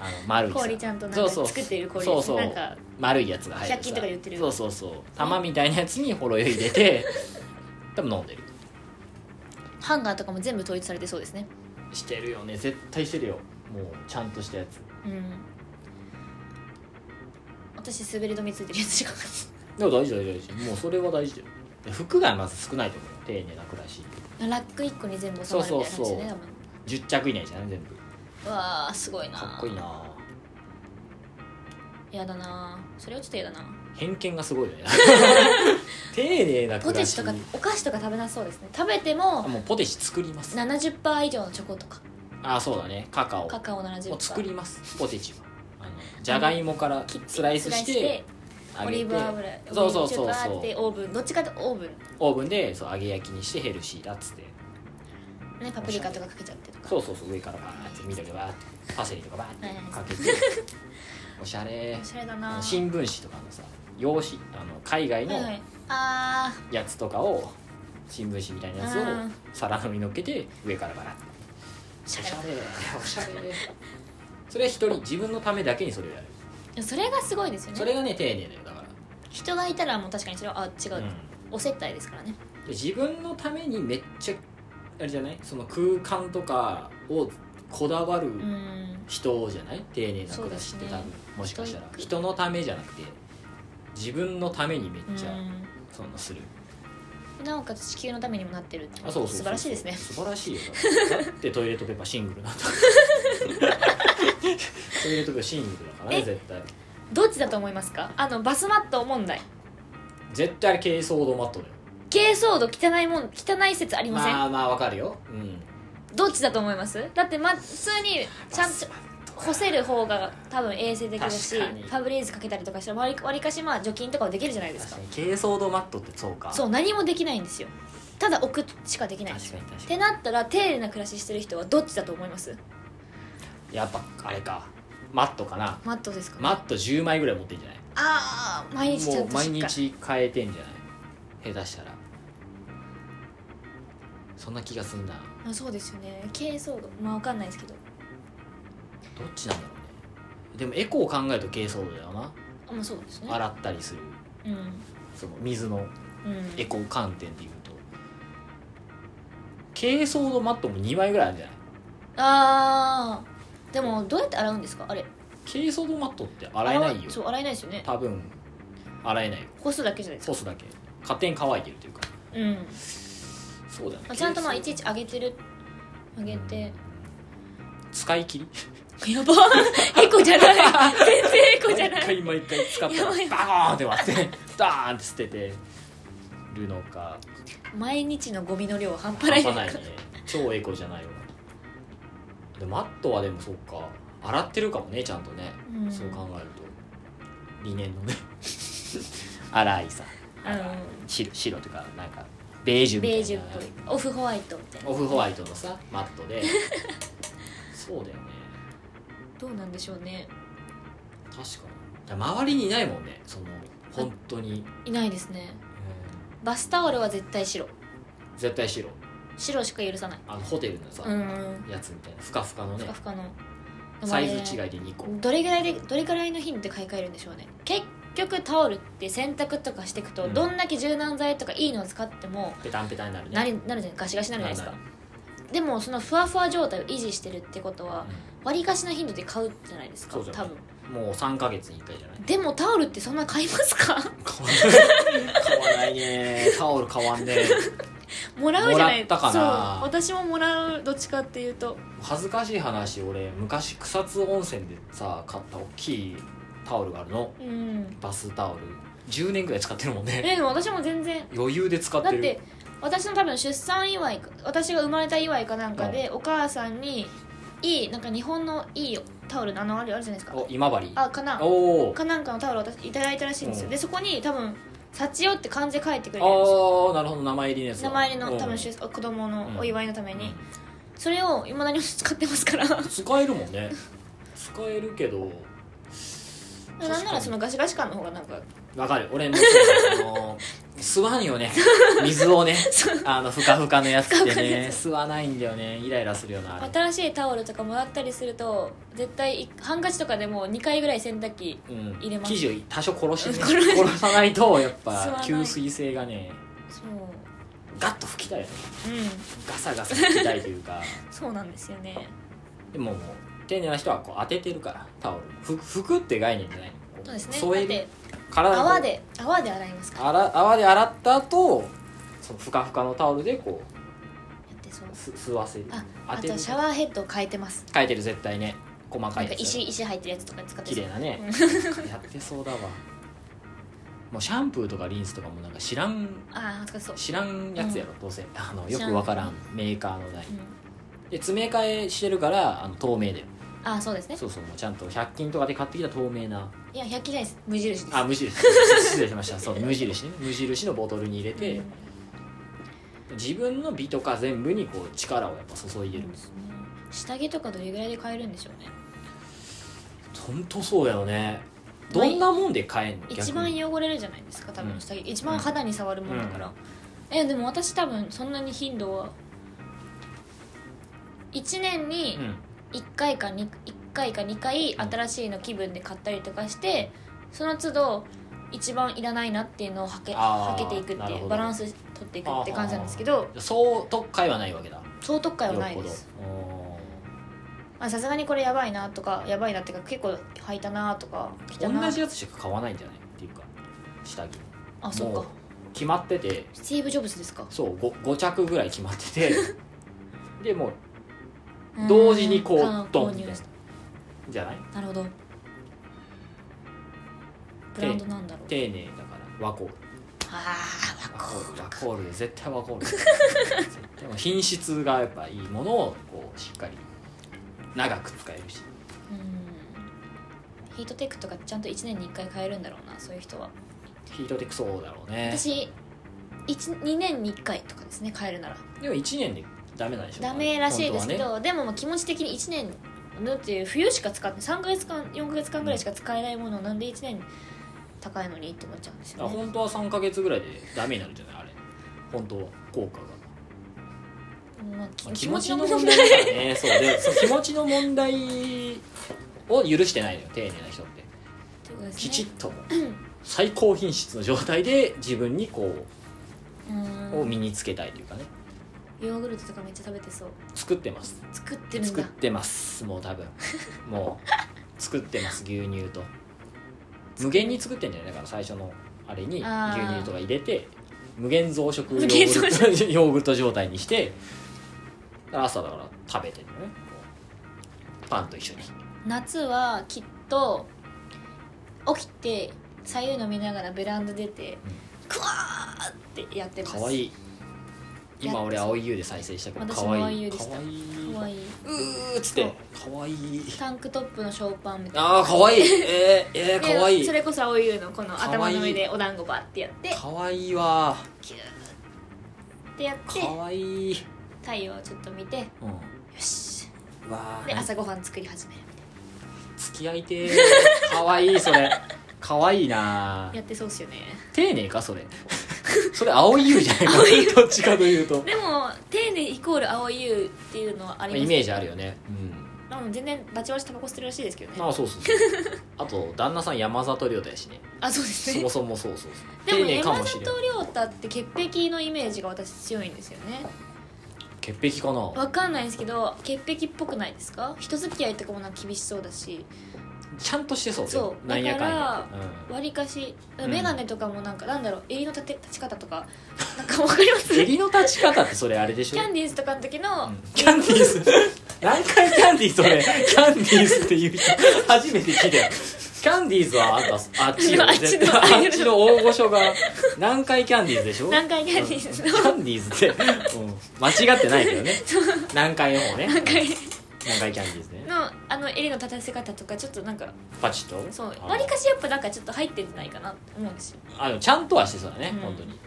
Speaker 1: あの丸いさ
Speaker 2: 氷ちゃんとなんか
Speaker 1: そうそう
Speaker 2: 作っている氷
Speaker 1: そうそう
Speaker 2: なんか
Speaker 1: 丸いやつが入る
Speaker 2: 100均とかで売ってる
Speaker 1: そうそうそう玉みたいなやつにほろ酔い入れて多分飲んでる
Speaker 2: ハンガーとかも全部統一されてそうですね
Speaker 1: してるよね絶対してるよもうちゃんとしたやつ
Speaker 2: うん私滑り止めついてるやつしか
Speaker 1: でも大事大事大事もうそれは大事だよで服がまず少ないと思うよ丁寧な暮らし
Speaker 2: ラック1個に全部収まるみたいな感じです
Speaker 1: そうそう
Speaker 2: ね
Speaker 1: そう
Speaker 2: 多分
Speaker 1: 10着以内じゃん全部
Speaker 2: うわあすごいな
Speaker 1: かっこいいな
Speaker 2: やだなそれはちょっとやだな
Speaker 1: 偏見がすごいよ (laughs) ね丁寧な
Speaker 2: ポ
Speaker 1: 暮
Speaker 2: テ
Speaker 1: ら
Speaker 2: チ
Speaker 1: し
Speaker 2: とかお菓子とか食べなそうですね食べて
Speaker 1: あ
Speaker 2: も
Speaker 1: もうポテチ作ります
Speaker 2: 70%以上のチョコとか
Speaker 1: あそうだねカカオ
Speaker 2: カカオ70%
Speaker 1: もう作りますポテチはあのじゃがいもからスライスして揚
Speaker 2: オ
Speaker 1: げ
Speaker 2: リ
Speaker 1: て
Speaker 2: ーブ油
Speaker 1: そうそうそう
Speaker 2: オリーブ
Speaker 1: そ
Speaker 2: 油
Speaker 1: う
Speaker 2: バーってオーブンどっちかってオーブン
Speaker 1: オーブンでそう揚げ焼きにしてヘルシーだっつって
Speaker 2: ねパプリカとかかけちゃってとか
Speaker 1: そうそうそう上からバーって緑バーってパセリとかバーってかけておしゃれ
Speaker 2: おしゃれだ
Speaker 1: あ
Speaker 2: な
Speaker 1: の新聞紙とかのさ用紙あの海外の
Speaker 2: はいはいあ
Speaker 1: やつとかを新聞紙みたいなやつを
Speaker 2: うん
Speaker 1: 皿の上に乗っけて上からバラッと
Speaker 2: おしゃ
Speaker 1: お
Speaker 2: れ
Speaker 1: し
Speaker 2: だ
Speaker 1: ゃれおしゃれ (laughs) それは一人自分のためだけにそれをやる
Speaker 2: いやそれがすごいですよ
Speaker 1: それ
Speaker 2: ね
Speaker 1: がね丁寧だよだか
Speaker 2: 人がいたらもう確かにそれはあ違う、
Speaker 1: ら、うん、
Speaker 2: お接待ですからね
Speaker 1: で自分のためにめっちゃあれじゃないその空間とかをこだわる
Speaker 2: うん
Speaker 1: 人じゃない丁寧な暮らしって
Speaker 2: そうですね
Speaker 1: 多分、もしかしたら
Speaker 2: 人
Speaker 1: 人のためじゃなくて自分のためにめっちゃ、
Speaker 2: う
Speaker 1: そのする
Speaker 2: んなおかつ地球のためにもなってるって
Speaker 1: あそうそうそう
Speaker 2: 素晴らしいですね
Speaker 1: 素晴らしいよだってだってトイレットペーパーシングルなん
Speaker 2: (laughs)
Speaker 1: だトイレットペーパーシングルだからね
Speaker 2: え
Speaker 1: 絶対
Speaker 2: どっちだと思いますかあのバスマット問題
Speaker 1: 絶対あれ軽装度マットだよ
Speaker 2: 軽装度汚いもん汚い説ありません、
Speaker 1: まあまあわかるようん
Speaker 2: どっちだと思いますだって、ま、普通にちゃんと干せる方が多分衛生的だし
Speaker 1: 確かに
Speaker 2: ファブレーズかけたりとかしたらわりわりかしまあ除菌とかはできるじゃないです
Speaker 1: 確
Speaker 2: か
Speaker 1: かに軽装度マットってそうか
Speaker 2: そう何もできないんですよただ置くしかできないんで
Speaker 1: 確
Speaker 2: す
Speaker 1: か
Speaker 2: よ
Speaker 1: に確
Speaker 2: っ
Speaker 1: か
Speaker 2: てなったら丁寧な暮らししてる人はどっちだと思います
Speaker 1: にやっぱあれかマットかな
Speaker 2: マットですか、
Speaker 1: マット10枚ぐらい持ってんじゃない
Speaker 2: ああ毎日ち
Speaker 1: も
Speaker 2: ゃん
Speaker 1: う
Speaker 2: と
Speaker 1: 毎
Speaker 2: しっかり
Speaker 1: 日変えてんじゃない下手したらそんな気がすんな
Speaker 2: あそうですよね軽装度まあわかんないですけど
Speaker 1: どっちなんだろうねでもエコを考えると軽装度だよな
Speaker 2: あまあそうですね
Speaker 1: 洗ったりする
Speaker 2: うん
Speaker 1: その水の
Speaker 2: うん
Speaker 1: エコ観点でいうと軽装度マットも2枚ぐらいあるんじゃない
Speaker 2: あーでもどうやって洗うんですかあれ
Speaker 1: 軽装度マットって洗えないよ
Speaker 2: そう洗えないですよね
Speaker 1: 多分洗えないよ
Speaker 2: 干すだけじゃないです
Speaker 1: 干すだけ勝手に乾いてるというか
Speaker 2: かうん、ま
Speaker 1: そうだよね
Speaker 2: あ、ちゃんとまあ
Speaker 1: 軽
Speaker 2: い
Speaker 1: 装
Speaker 2: ちいち上げてる上げて、
Speaker 1: うん使い切り
Speaker 2: やばエコじゃない (laughs) 全然エコじゃな
Speaker 1: 毎
Speaker 2: い
Speaker 1: 回毎回使った
Speaker 2: や
Speaker 1: らバ
Speaker 2: ばい
Speaker 1: コーンって割ってダーンって捨ててるのか
Speaker 2: 毎日のゴミの量は半端
Speaker 1: 半
Speaker 2: ない
Speaker 1: 端ないね超エコじゃないわでマットはでもそうか洗ってるかもねちゃんとね、
Speaker 2: うん
Speaker 1: そう考えると理念のね (laughs) 洗いさ
Speaker 2: うん
Speaker 1: 洗い白白というかなんかベージュみ
Speaker 2: ベ
Speaker 1: たいな
Speaker 2: ージュっぽいオフホワイトみたいな
Speaker 1: オフホワイトのさマット
Speaker 2: (laughs)
Speaker 1: でそうだよね
Speaker 2: どうなんでしょうね
Speaker 1: 確かに周りにいないもんねその本当に、
Speaker 2: いないですね
Speaker 1: うん
Speaker 2: バスタオルは絶対白
Speaker 1: 絶対白
Speaker 2: 白しか許さない
Speaker 1: あのホテルのさ、
Speaker 2: うん
Speaker 1: やつみたいなふかふかの
Speaker 2: ふ
Speaker 1: ね
Speaker 2: かふかのでも
Speaker 1: サ
Speaker 2: あ
Speaker 1: イ
Speaker 2: れ
Speaker 1: ズ違いで2個
Speaker 2: どれぐらいでどれぐらいの頻度で買い替えるんでしょうね結局タオルって洗濯とかしていくと、
Speaker 1: うん
Speaker 2: どんだけ柔軟剤とかいいのを使っても
Speaker 1: ペタンペタンになるね
Speaker 2: なりなるじゃんガシガシになるじゃな
Speaker 1: な
Speaker 2: いですかでもそのふわふわ状態を維持してるってことは割りかしの頻度で買うじゃないですか
Speaker 1: そうじゃな
Speaker 2: 多
Speaker 1: い
Speaker 2: 分
Speaker 1: うんもう3か月に1回じゃない
Speaker 2: (laughs) でもタオルってそんな買いますか (laughs)
Speaker 1: 買わないねタオル買わんね
Speaker 2: もらうじゃない
Speaker 1: もらったかな
Speaker 2: そう私ももらうどっちかっていうと
Speaker 1: 恥ずかしい話俺昔草津温泉でさ買った大きいタオルがあるの
Speaker 2: うん
Speaker 1: バスタオル10年ぐらい使ってるもんね
Speaker 2: えでも私も全然
Speaker 1: 余裕で使っ
Speaker 2: だって
Speaker 1: る
Speaker 2: て私の多分出産祝いか私が生まれた祝いかなんかで、お母さんにいいなんか日本のいいタオルのあのあるあるじゃないですか
Speaker 1: お今治
Speaker 2: あかな
Speaker 1: おお
Speaker 2: かなんかのタオルを私いただいたらしいんですよ、
Speaker 1: うん
Speaker 2: でそこに多分「幸代」って漢字書いてくれてるんですよ
Speaker 1: ああなるほど名前入りのやつだ
Speaker 2: 名前入りの多
Speaker 1: うん
Speaker 2: 分出子供のお祝いのために、
Speaker 1: う
Speaker 2: それをいまだに使ってますから
Speaker 1: ん使えるもんね使えるけどに
Speaker 2: (laughs) なんならそのガシガシ感の方がなんか
Speaker 1: わかる俺もあの吸わんよ
Speaker 2: (laughs)
Speaker 1: ね水をねあのふかふかのやつって
Speaker 2: ふかふかの
Speaker 1: ね
Speaker 2: や
Speaker 1: 吸わないんだよねイライラするよなあれ
Speaker 2: 新しいタオルとかもらったりすると絶対ハンカチとかでも2回ぐらい洗濯機
Speaker 1: うん
Speaker 2: 入れます
Speaker 1: 生地を多少殺して、ね、
Speaker 2: 殺し
Speaker 1: 殺さないとやっ
Speaker 2: (laughs) 吸わ
Speaker 1: ぱ
Speaker 2: ない
Speaker 1: 吸水性がね
Speaker 2: そう
Speaker 1: ガッと吹きたいよね
Speaker 2: うん
Speaker 1: ガサガサ吹きたいという
Speaker 2: (laughs)
Speaker 1: か
Speaker 2: そうなんですよね
Speaker 1: でももう丁寧な人はこう当ててるからタオルふ服って概念じゃないこ
Speaker 2: そうですね
Speaker 1: 添
Speaker 2: だ
Speaker 1: え
Speaker 2: っ
Speaker 1: る
Speaker 2: て
Speaker 1: 体のこう
Speaker 2: 泡で泡で洗いますから
Speaker 1: あら泡で洗った後そのふかふかのタオルでこう
Speaker 2: やってそう
Speaker 1: す吸わせる
Speaker 2: あ
Speaker 1: 当
Speaker 2: あ
Speaker 1: てる
Speaker 2: とシャワーヘッドを変えてます
Speaker 1: 書いてる絶対ね細か
Speaker 2: ないんか
Speaker 1: やつ
Speaker 2: 石石入ってるやつとか使って
Speaker 1: 綺
Speaker 2: そう
Speaker 1: 麗なねやってそうだわもうシャンプーとかリンスとかもなんか知らん
Speaker 2: ああ使ってそう、
Speaker 1: 知らんやつやろ、どうせあのよ
Speaker 2: 知ら
Speaker 1: く
Speaker 2: ん
Speaker 1: わからんメーカーの台
Speaker 2: うん、
Speaker 1: で詰め替えしてるからあの透明だよ
Speaker 2: ああそうですね
Speaker 1: そうそうもうちゃんと100均とかで買ってきた透明ない
Speaker 2: や100均ないです無印です
Speaker 1: あ無印失礼しました
Speaker 2: (laughs)
Speaker 1: そう無印ね無印のボトルに入れて、
Speaker 2: うん
Speaker 1: 自分の美とか全部にこう力をやっぱ注いでる
Speaker 2: 下着とかどれぐらいで買えるんでしょうね
Speaker 1: 本当そうだよねどんなもんで買えんの
Speaker 2: 一
Speaker 1: 逆
Speaker 2: 番
Speaker 1: に
Speaker 2: 汚れるじゃないですか多
Speaker 1: うん
Speaker 2: 分下着、一番肌に触るもんだから、えでも私多分そんなに頻度は1年に
Speaker 1: うん
Speaker 2: 1回か 2, 一回か2回新しいの気分で買ったりとかしてその都度一番いらないなっていうのをはけ
Speaker 1: あー
Speaker 2: はけていくっ
Speaker 1: な
Speaker 2: て
Speaker 1: る
Speaker 2: い
Speaker 1: ほ
Speaker 2: う
Speaker 1: ど
Speaker 2: バランス取っていくって感じなんですけど
Speaker 1: そう特会はないわけだ
Speaker 2: 総特価はないです
Speaker 1: よっぽど
Speaker 2: あさすがにこれやばいなとかやばいなっていうか結構履いたなとか着た
Speaker 1: うん
Speaker 2: な
Speaker 1: 同じやつしか買わないんじゃないっていうか下着
Speaker 2: あそっ
Speaker 1: も
Speaker 2: か
Speaker 1: う決まってて
Speaker 2: スティーブ・ジョブズですか
Speaker 1: そう 5, 着ぐらい決まって
Speaker 2: (laughs)
Speaker 1: てでもう同時にこ
Speaker 2: うんあ
Speaker 1: うドンみ
Speaker 2: 購
Speaker 1: たい
Speaker 2: 入
Speaker 1: な
Speaker 2: した
Speaker 1: じゃない
Speaker 2: なるほどブランドなんだろう
Speaker 1: 丁寧だからワコール
Speaker 2: あ
Speaker 1: ワコ
Speaker 2: (laughs)
Speaker 1: ールワコールで絶対ワコール絶対品質がやっぱいいものをこうしっかり長く使えるし
Speaker 2: あうんヒートテックとかちゃんと1年に1回買えるんだろうなそういう人は
Speaker 1: ヒートテックそうだろうね
Speaker 2: 私2年に1回とかですね買えるなら
Speaker 1: でも1年でダメなんでしょ
Speaker 2: ダメらしいですけ
Speaker 1: 本当はね
Speaker 2: ど、でももう気持ち的に1年だって冬しか使って3か月間4か月間ぐらいしか使えないものをなんで1年高いのにって思っちゃうんです
Speaker 1: あ
Speaker 2: よね
Speaker 1: 本当は3か月ぐらいでダメになるんじゃないあれ本当は効果が、
Speaker 2: まあ
Speaker 1: まあ
Speaker 2: き
Speaker 1: 気
Speaker 2: 気
Speaker 1: 持
Speaker 2: 持
Speaker 1: ち
Speaker 2: ち
Speaker 1: の
Speaker 2: の
Speaker 1: 問
Speaker 2: 問
Speaker 1: 題
Speaker 2: 題
Speaker 1: だからねそうでそう気持ちの問題を許してないのよ丁寧な人って
Speaker 2: ということです
Speaker 1: き
Speaker 2: ね
Speaker 1: ちっと最高品質の状態で自分にこ
Speaker 2: う
Speaker 1: うを
Speaker 2: ん
Speaker 1: 身につけたいというかね
Speaker 2: ヨーグルトとかめっちゃ食べてそう
Speaker 1: 作ってます
Speaker 2: 作ってるん
Speaker 1: 作っ
Speaker 2: だ
Speaker 1: てますもう多分もう作ってます牛乳と無限に作ってんじゃないだから最初のあれに
Speaker 2: あ
Speaker 1: 牛
Speaker 2: ー
Speaker 1: 乳とか入れて無限増殖ヨ
Speaker 2: 無限
Speaker 1: ー
Speaker 2: 増
Speaker 1: グルト (laughs) ヨーグルト状態にしてだから朝だから食べてるのねこうパンと一緒に
Speaker 2: 夏はきっと起きて左右飲みながらベランダ出て、
Speaker 1: うん
Speaker 2: クワーってやってます
Speaker 1: かわいい今俺青い優で再生したけど
Speaker 2: 私
Speaker 1: 可
Speaker 2: も青い
Speaker 1: 愛い
Speaker 2: 優
Speaker 1: 可
Speaker 2: でした
Speaker 1: 愛い
Speaker 2: かわいいう
Speaker 1: ーっつって可愛い
Speaker 2: タンクトップのショーパンみたいな
Speaker 1: ああ可愛いえー、えー、
Speaker 2: で
Speaker 1: 可愛い
Speaker 2: それこそ青い優のこの頭の上
Speaker 1: かわいい
Speaker 2: でお団子バってやって
Speaker 1: 可愛いわ
Speaker 2: キューってやって
Speaker 1: 可愛い
Speaker 2: 太陽をちょっと見てよ
Speaker 1: う
Speaker 2: し
Speaker 1: んわ
Speaker 2: で朝ごはん作り始めるみたい
Speaker 1: 付き合いてー可愛いそれ可愛いな
Speaker 2: なやってそうっすよね
Speaker 1: 丁寧かそれそれ青い優じゃないかどっちかというと
Speaker 2: でも丁寧イコール青い優っていうのはあります
Speaker 1: イメージあるよねうん
Speaker 2: なので全然バチバチタバコ吸ってるらしいですけどね
Speaker 1: ああそうそうそうあと旦那さん山里亮太やしね
Speaker 2: あそうです
Speaker 1: そ
Speaker 2: ね
Speaker 1: もそもそうそう
Speaker 2: で
Speaker 1: そう
Speaker 2: も山
Speaker 1: し
Speaker 2: 里
Speaker 1: れない
Speaker 2: 亮太って潔癖のイメージが私強いんですよね
Speaker 1: 潔癖かな
Speaker 2: わかんないですけど潔癖っぽくないですか人付き合いとかもなんか厳しそうだし
Speaker 1: ちゃんとしてそう
Speaker 2: そう
Speaker 1: でもなんやかんや
Speaker 2: だ
Speaker 1: うん
Speaker 2: わりかし
Speaker 1: うん
Speaker 2: 眼鏡とかもなんか、なんだろう襟の立て立ち方とかなんかわかりますキ
Speaker 1: 襟の立ち方ってそれあれでしょ
Speaker 2: ャンディーズとかの時の、
Speaker 1: うんキャンディーズ (laughs) 何回キャンディーズ俺キャンディーズって言う人初めて聞いたよキャンディーズはあんたあっちよ
Speaker 2: あっちの
Speaker 1: 絶対あっちの大御所が南海キャンディーズでしょ
Speaker 2: 南海キャンディーズ
Speaker 1: うんキャンディーズって、うん間違ってないけどね南海の方ね
Speaker 2: なんか
Speaker 1: 南海キャンディーズね
Speaker 2: のあの襟の立たせ方とかちょっとなんか
Speaker 1: パチッと
Speaker 2: そう
Speaker 1: あ
Speaker 2: わりかしやっぱなんかちょっと入ってんじゃないかなって思うんですよ、
Speaker 1: あのちゃんとはしてそうだね、
Speaker 2: うん
Speaker 1: 本当にこ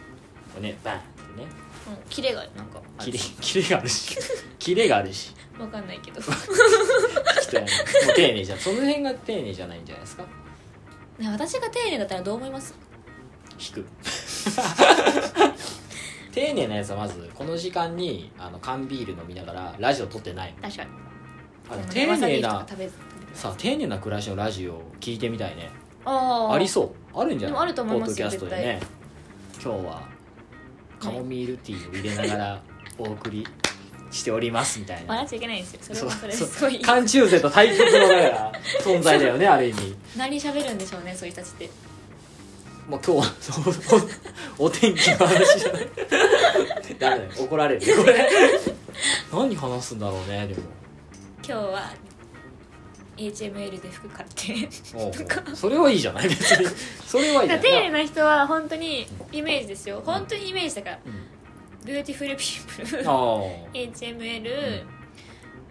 Speaker 1: うねバンってね
Speaker 2: うん、キレがなんかあ
Speaker 1: キ
Speaker 2: る
Speaker 1: レキレがあるしキレがあるし
Speaker 2: わかんない
Speaker 1: (laughs)
Speaker 2: けど
Speaker 1: 人やねもう丁寧じゃんその辺が丁寧じゃないんじゃないですか
Speaker 2: ね私が丁寧だったらどう思います
Speaker 1: 引
Speaker 2: (laughs)
Speaker 1: く丁寧なやつはまずこの時間にあの缶ビール飲みながらラジオ撮ってない
Speaker 2: 確かに
Speaker 1: あ
Speaker 2: で
Speaker 1: の丁
Speaker 2: もねわさび
Speaker 1: 寧
Speaker 2: とか
Speaker 1: な
Speaker 2: 食べ
Speaker 1: さあ丁寧な暮らしのラジオ聞いてみたいね
Speaker 2: あー
Speaker 1: ありそうあるんじゃない
Speaker 2: でもあると思います
Speaker 1: ポッド
Speaker 2: よ
Speaker 1: キャストでね今日はカモミールティーを入れながらお送りしておりますみたいな
Speaker 2: 笑っちゃいけないんですよそれはそれ
Speaker 1: そう
Speaker 2: すごい
Speaker 1: 缶中勢と対決のだから存在だよねある意味
Speaker 2: 何喋るんでしょうねそういう人たちって
Speaker 1: もう今日は (laughs) おおお天気の話じゃ
Speaker 2: (laughs)
Speaker 1: ないダメだよ怒られるよこれ何話すんだろうねでも
Speaker 2: 今日は HML で服買って
Speaker 1: おうおうそれはいいじゃない別にそれはいいじゃ
Speaker 2: 丁
Speaker 1: ない
Speaker 2: 寧な人は本当にイメージですよ本当にイメージだから
Speaker 1: うん
Speaker 2: ビューティフルピープル
Speaker 1: あー
Speaker 2: HML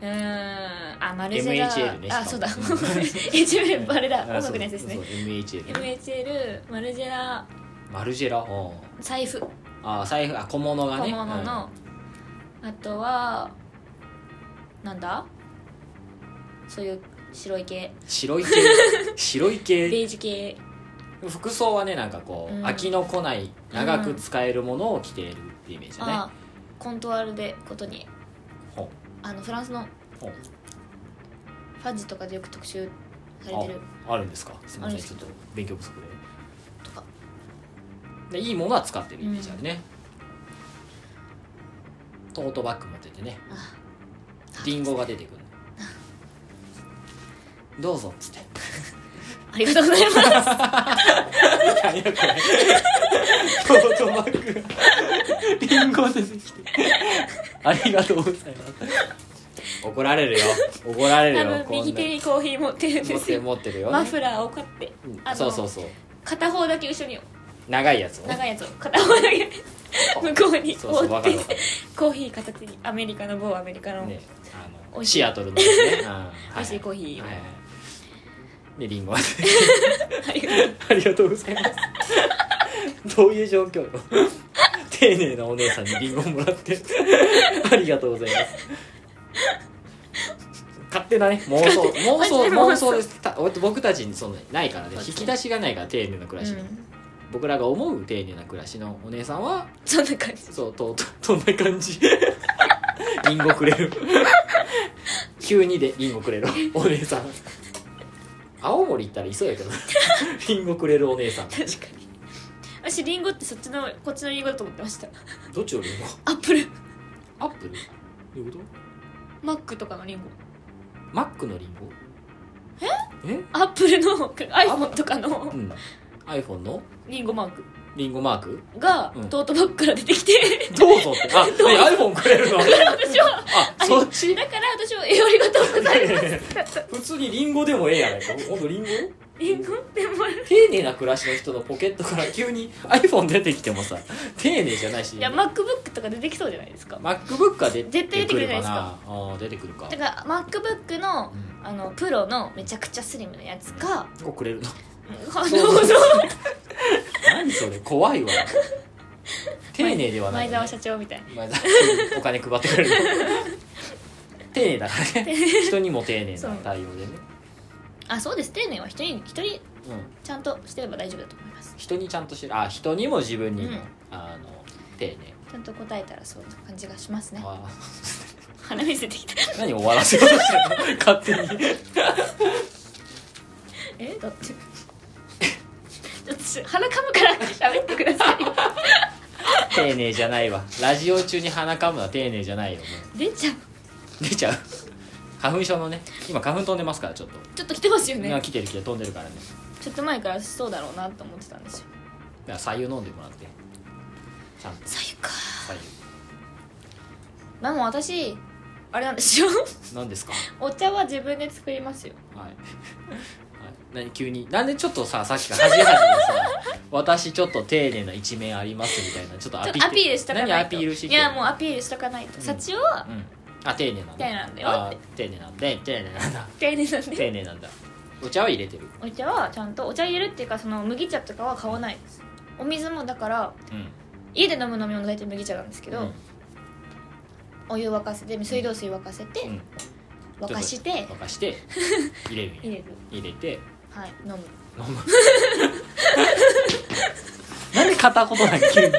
Speaker 2: うーんあマルジェラ
Speaker 1: MHL ね
Speaker 2: あそうだ (laughs)
Speaker 1: しかも
Speaker 2: HML あれだ音楽のやつですね
Speaker 1: そうそう MHL
Speaker 2: MHL マルジェラ
Speaker 1: マルジェラうん
Speaker 2: 財布
Speaker 1: あー財布あ小物が
Speaker 2: 小
Speaker 1: ね
Speaker 2: 物の、あとはなんだそういう白い系
Speaker 1: うん白
Speaker 2: (laughs)
Speaker 1: い系白い
Speaker 2: ベ
Speaker 1: 系
Speaker 2: ージュ系
Speaker 1: 服装はねなんかこう、
Speaker 2: うん
Speaker 1: 飽きのこない長く使えるものを着ているってイメージだね、
Speaker 2: あコントワールでことに
Speaker 1: ほ
Speaker 2: あのフランスの
Speaker 1: うほう
Speaker 2: ファジとかでよく特集されてる
Speaker 1: ああるんですかすみません
Speaker 2: ある
Speaker 1: ちょっと勉強不足
Speaker 2: とか
Speaker 1: ででいいものは使ってるイメージあるね、トートバッグ持っててね
Speaker 2: あ
Speaker 1: リンゴが出てくるどうぞっつって
Speaker 2: ありがとうございます
Speaker 1: 何やこれトートバッグリンゴ出てきてありがとうございます怒られるよ怒られる
Speaker 2: 多
Speaker 1: よ
Speaker 2: 分
Speaker 1: こんな
Speaker 2: 右手にコーヒー持ってるん
Speaker 1: 持
Speaker 2: で
Speaker 1: っ
Speaker 2: す
Speaker 1: て
Speaker 2: よ
Speaker 1: 持ってるよ、ね、
Speaker 2: マフラーを買って
Speaker 1: うん
Speaker 2: あの
Speaker 1: そうそうそう
Speaker 2: 片方だけ後ろに
Speaker 1: 長いやつをね
Speaker 2: 長いやつを片方だけ向こうに
Speaker 1: そうそう
Speaker 2: 追
Speaker 1: わ
Speaker 2: っ
Speaker 1: か
Speaker 2: て
Speaker 1: るわかる
Speaker 2: コーヒー片手にアメリカの某アメリカの
Speaker 1: ね、あ
Speaker 2: 美
Speaker 1: の
Speaker 2: 味しい
Speaker 1: シアトルのですね、
Speaker 2: 美味しいコーヒーを
Speaker 1: はいはいでリンゴ (laughs)
Speaker 2: ありがとう
Speaker 1: ありがとうございます (laughs) どういう状況よ丁寧なお姉さんにリンゴもらって (laughs) ありがとうございます勝手なね妄想妄想
Speaker 2: (laughs) 勝手な妄想
Speaker 1: 妄想ですた僕たちにそのないからね引き出しがないから丁寧な暮らしの、
Speaker 2: うん
Speaker 1: 僕らが思う丁寧な暮らしのお姉さんは
Speaker 2: そんな感じ
Speaker 1: そうとと (laughs) そんな感じリンゴくれる急にでリンゴくれるお姉さん青森行ったらいそうやけど (laughs) リンゴくれるお姉さん
Speaker 2: 確かに私リンゴってそっちのこっちのリンゴだと思ってました
Speaker 1: どっちのリンゴ
Speaker 2: アップル
Speaker 1: アップルどういうこと
Speaker 2: マックとかのリンゴ
Speaker 1: マックのリンゴええ
Speaker 2: アップルの iPhone とかの
Speaker 1: うん iPhone の
Speaker 2: リンゴマーク
Speaker 1: リンゴマーク
Speaker 2: が
Speaker 1: うん
Speaker 2: トートバッグから出て (laughs) きて、
Speaker 1: どうぞってあね iPhone くれるの
Speaker 2: 私は
Speaker 1: あそっち (laughs)
Speaker 2: だから私はえありがとうございます
Speaker 1: 普通にリンゴでもええやないかほんとリンゴ
Speaker 2: え持ってもらう
Speaker 1: 丁寧な暮らしの人のポケットから急に iPhone 出てきてもさ丁寧じゃないし
Speaker 2: いや MacBook とか出てきそうじゃないですか
Speaker 1: MacBook が出
Speaker 2: 絶対
Speaker 1: て
Speaker 2: 出て
Speaker 1: く
Speaker 2: く
Speaker 1: る
Speaker 2: るじ
Speaker 1: か
Speaker 2: ゃないです
Speaker 1: な
Speaker 2: か
Speaker 1: あー出てくるか
Speaker 2: だから MacBook の
Speaker 1: うん
Speaker 2: あのプロのめちゃくちゃスリムなやつか、
Speaker 1: これくれるの
Speaker 2: うん、あの
Speaker 1: 何それ怖
Speaker 2: (laughs)
Speaker 1: いわ丁寧ではない
Speaker 2: 前
Speaker 1: よね、
Speaker 2: 澤社長みたい
Speaker 1: 前澤お金配ってくれるの (laughs) 丁寧だから
Speaker 2: (laughs)
Speaker 1: ね人にも丁寧な対応でね
Speaker 2: あそうです丁寧は人に一人
Speaker 1: う、ん、
Speaker 2: ちゃんとしてれば大丈夫だと思います
Speaker 1: 人にちゃんとしてるあ人にも自分にも、
Speaker 2: うん
Speaker 1: あの丁寧
Speaker 2: ちゃんと答えたらそうな感じがしますね
Speaker 1: あー
Speaker 2: 鼻見せてきた
Speaker 1: 何終わらせようとしてるの勝 (laughs) 手に
Speaker 2: えだってち (laughs) ょっとし鼻かむから喋ってください
Speaker 1: (laughs)
Speaker 2: よ
Speaker 1: 丁寧じゃないわラジオ中に鼻かむのは丁寧じゃないよも
Speaker 2: 出ちゃう
Speaker 1: う出ちゃう花粉症のね今花粉飛んでますからちょっと、
Speaker 2: ちょっと来てますよ
Speaker 1: みんな
Speaker 2: ね
Speaker 1: 来てる来てる飛んでるからね
Speaker 2: ちょっと前からそうだろうなと思ってたんですよ
Speaker 1: だから左右飲んでもらってちゃんと
Speaker 2: 左右か
Speaker 1: 左
Speaker 2: まあもう私あれなんですよ (laughs)
Speaker 1: 右何ですか
Speaker 2: お茶は自分で作りますよ
Speaker 1: はい、はい、何急になんでちょっとささっきから恥じ恥じでさ私ちょっと丁寧な一面ありますみたいなちょっと
Speaker 2: ち
Speaker 1: ア
Speaker 2: ょっ
Speaker 1: ピ
Speaker 2: とアピールしとかないと
Speaker 1: 何アピールしてき
Speaker 2: い
Speaker 1: てる
Speaker 2: やもうアピールしとかないと、
Speaker 1: ん
Speaker 2: 幸は
Speaker 1: うん、あ丁寧なんだ
Speaker 2: 丁寧なんだよ
Speaker 1: あ丁寧なんだ丁寧なんだ
Speaker 2: 丁寧なんで
Speaker 1: 丁寧なんだお茶は入れてる
Speaker 2: お茶はちゃんとお茶入れるっていうかその麦茶とかは買わないですお水もだから
Speaker 1: うん
Speaker 2: 家で飲む飲み物大体麦茶なんですけど、
Speaker 1: うん
Speaker 2: お湯沸かせて水道水沸かせて、
Speaker 1: うん
Speaker 2: 沸かして
Speaker 1: 沸かして
Speaker 2: (laughs)
Speaker 1: 入れるんや
Speaker 2: 入れる
Speaker 1: 入れて
Speaker 2: はい飲む
Speaker 1: 飲むなんで片言なん急に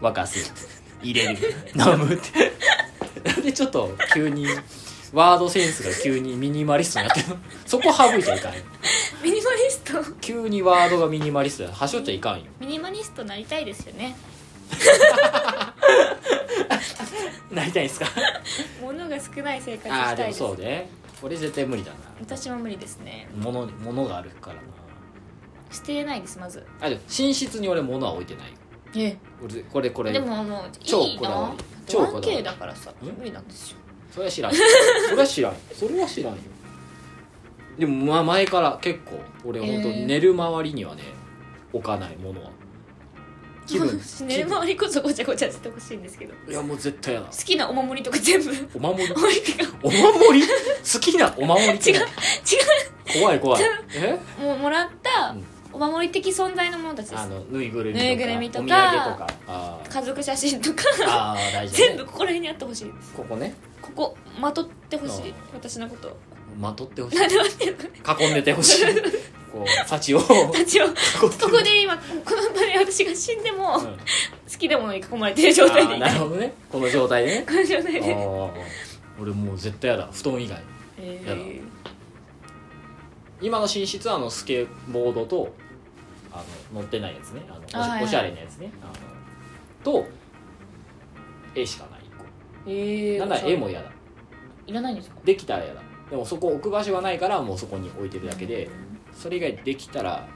Speaker 1: 沸かす入れ (laughs) る飲むってなんでちょっと急にワードセンスが急にミニマリストになってるのそこ省いちゃいかんよ
Speaker 2: ミニマリスト
Speaker 1: 急にワードがミニマリストだはしょっちゃいかんよ
Speaker 2: ミニマリストなりたいですよね
Speaker 1: なりたいんすか
Speaker 2: 物が少ない生活
Speaker 1: ああ
Speaker 2: し
Speaker 1: ーで
Speaker 2: たい
Speaker 1: も
Speaker 2: です
Speaker 1: そうね俺絶対無理だ
Speaker 2: 私も無理ですね
Speaker 1: な物物があるからな
Speaker 2: 捨てれないですまず
Speaker 1: あでも寝室に俺物は置いてないよ
Speaker 2: え
Speaker 1: 俺これこれ
Speaker 2: でももう
Speaker 1: 超
Speaker 2: いい
Speaker 1: こだわ
Speaker 2: な
Speaker 1: り超こだわり
Speaker 2: 1K だからさ
Speaker 1: ん
Speaker 2: 無理なんですよ
Speaker 1: それは知らんよそれは知らんよそれは知らんよでもまあ前から結構俺本当
Speaker 2: えー
Speaker 1: 寝る周りにはね置かないものは気分
Speaker 2: (laughs) 寝る周りこそごちゃごちゃしてほしいんですけど好
Speaker 1: いやもう絶対やだ
Speaker 2: きなお守りとか
Speaker 1: (laughs)
Speaker 2: 全部
Speaker 1: お守り
Speaker 2: 置いてか
Speaker 1: お守り (laughs) 好きなお守りって
Speaker 2: 違う違
Speaker 1: 怖い怖いえ
Speaker 2: うもうもらった
Speaker 1: うん
Speaker 2: お守り的存在のものたちで
Speaker 1: あ
Speaker 2: す
Speaker 1: のぬいぐるみとか
Speaker 2: ぬいぐるみとか
Speaker 1: お土産とかあー
Speaker 2: 家族写真とか
Speaker 1: あー大事ね
Speaker 2: 全部ここら辺にあってほしいです
Speaker 1: ここね
Speaker 2: ここまとってほしい
Speaker 1: あー
Speaker 2: 私のことを
Speaker 1: まとってほしい
Speaker 2: なんで待ってんの
Speaker 1: 囲んでてほしいこ
Speaker 2: (laughs)
Speaker 1: う幸を
Speaker 2: たちをこ
Speaker 1: こ
Speaker 2: こで今この場で私が死んでも
Speaker 1: うん
Speaker 2: 好きなものに囲まれてる状態
Speaker 1: あ
Speaker 2: で
Speaker 1: ー
Speaker 2: い
Speaker 1: な
Speaker 2: たい
Speaker 1: るほどねこの状態でね
Speaker 2: この状態で
Speaker 1: ああ俺もう絶対やだ布団以外
Speaker 2: え
Speaker 1: や
Speaker 2: ー
Speaker 1: 今の寝室はあのスケボードとあの乗ってないやつねあのおし
Speaker 2: あはいはい
Speaker 1: おしゃれなやつねあのと絵しかない一個
Speaker 2: えー
Speaker 1: なんなら絵も嫌だ
Speaker 2: いらないんですか
Speaker 1: できたら嫌だでもそこ置く場所がないからもうそこに置いてるだけでそれ以外できたら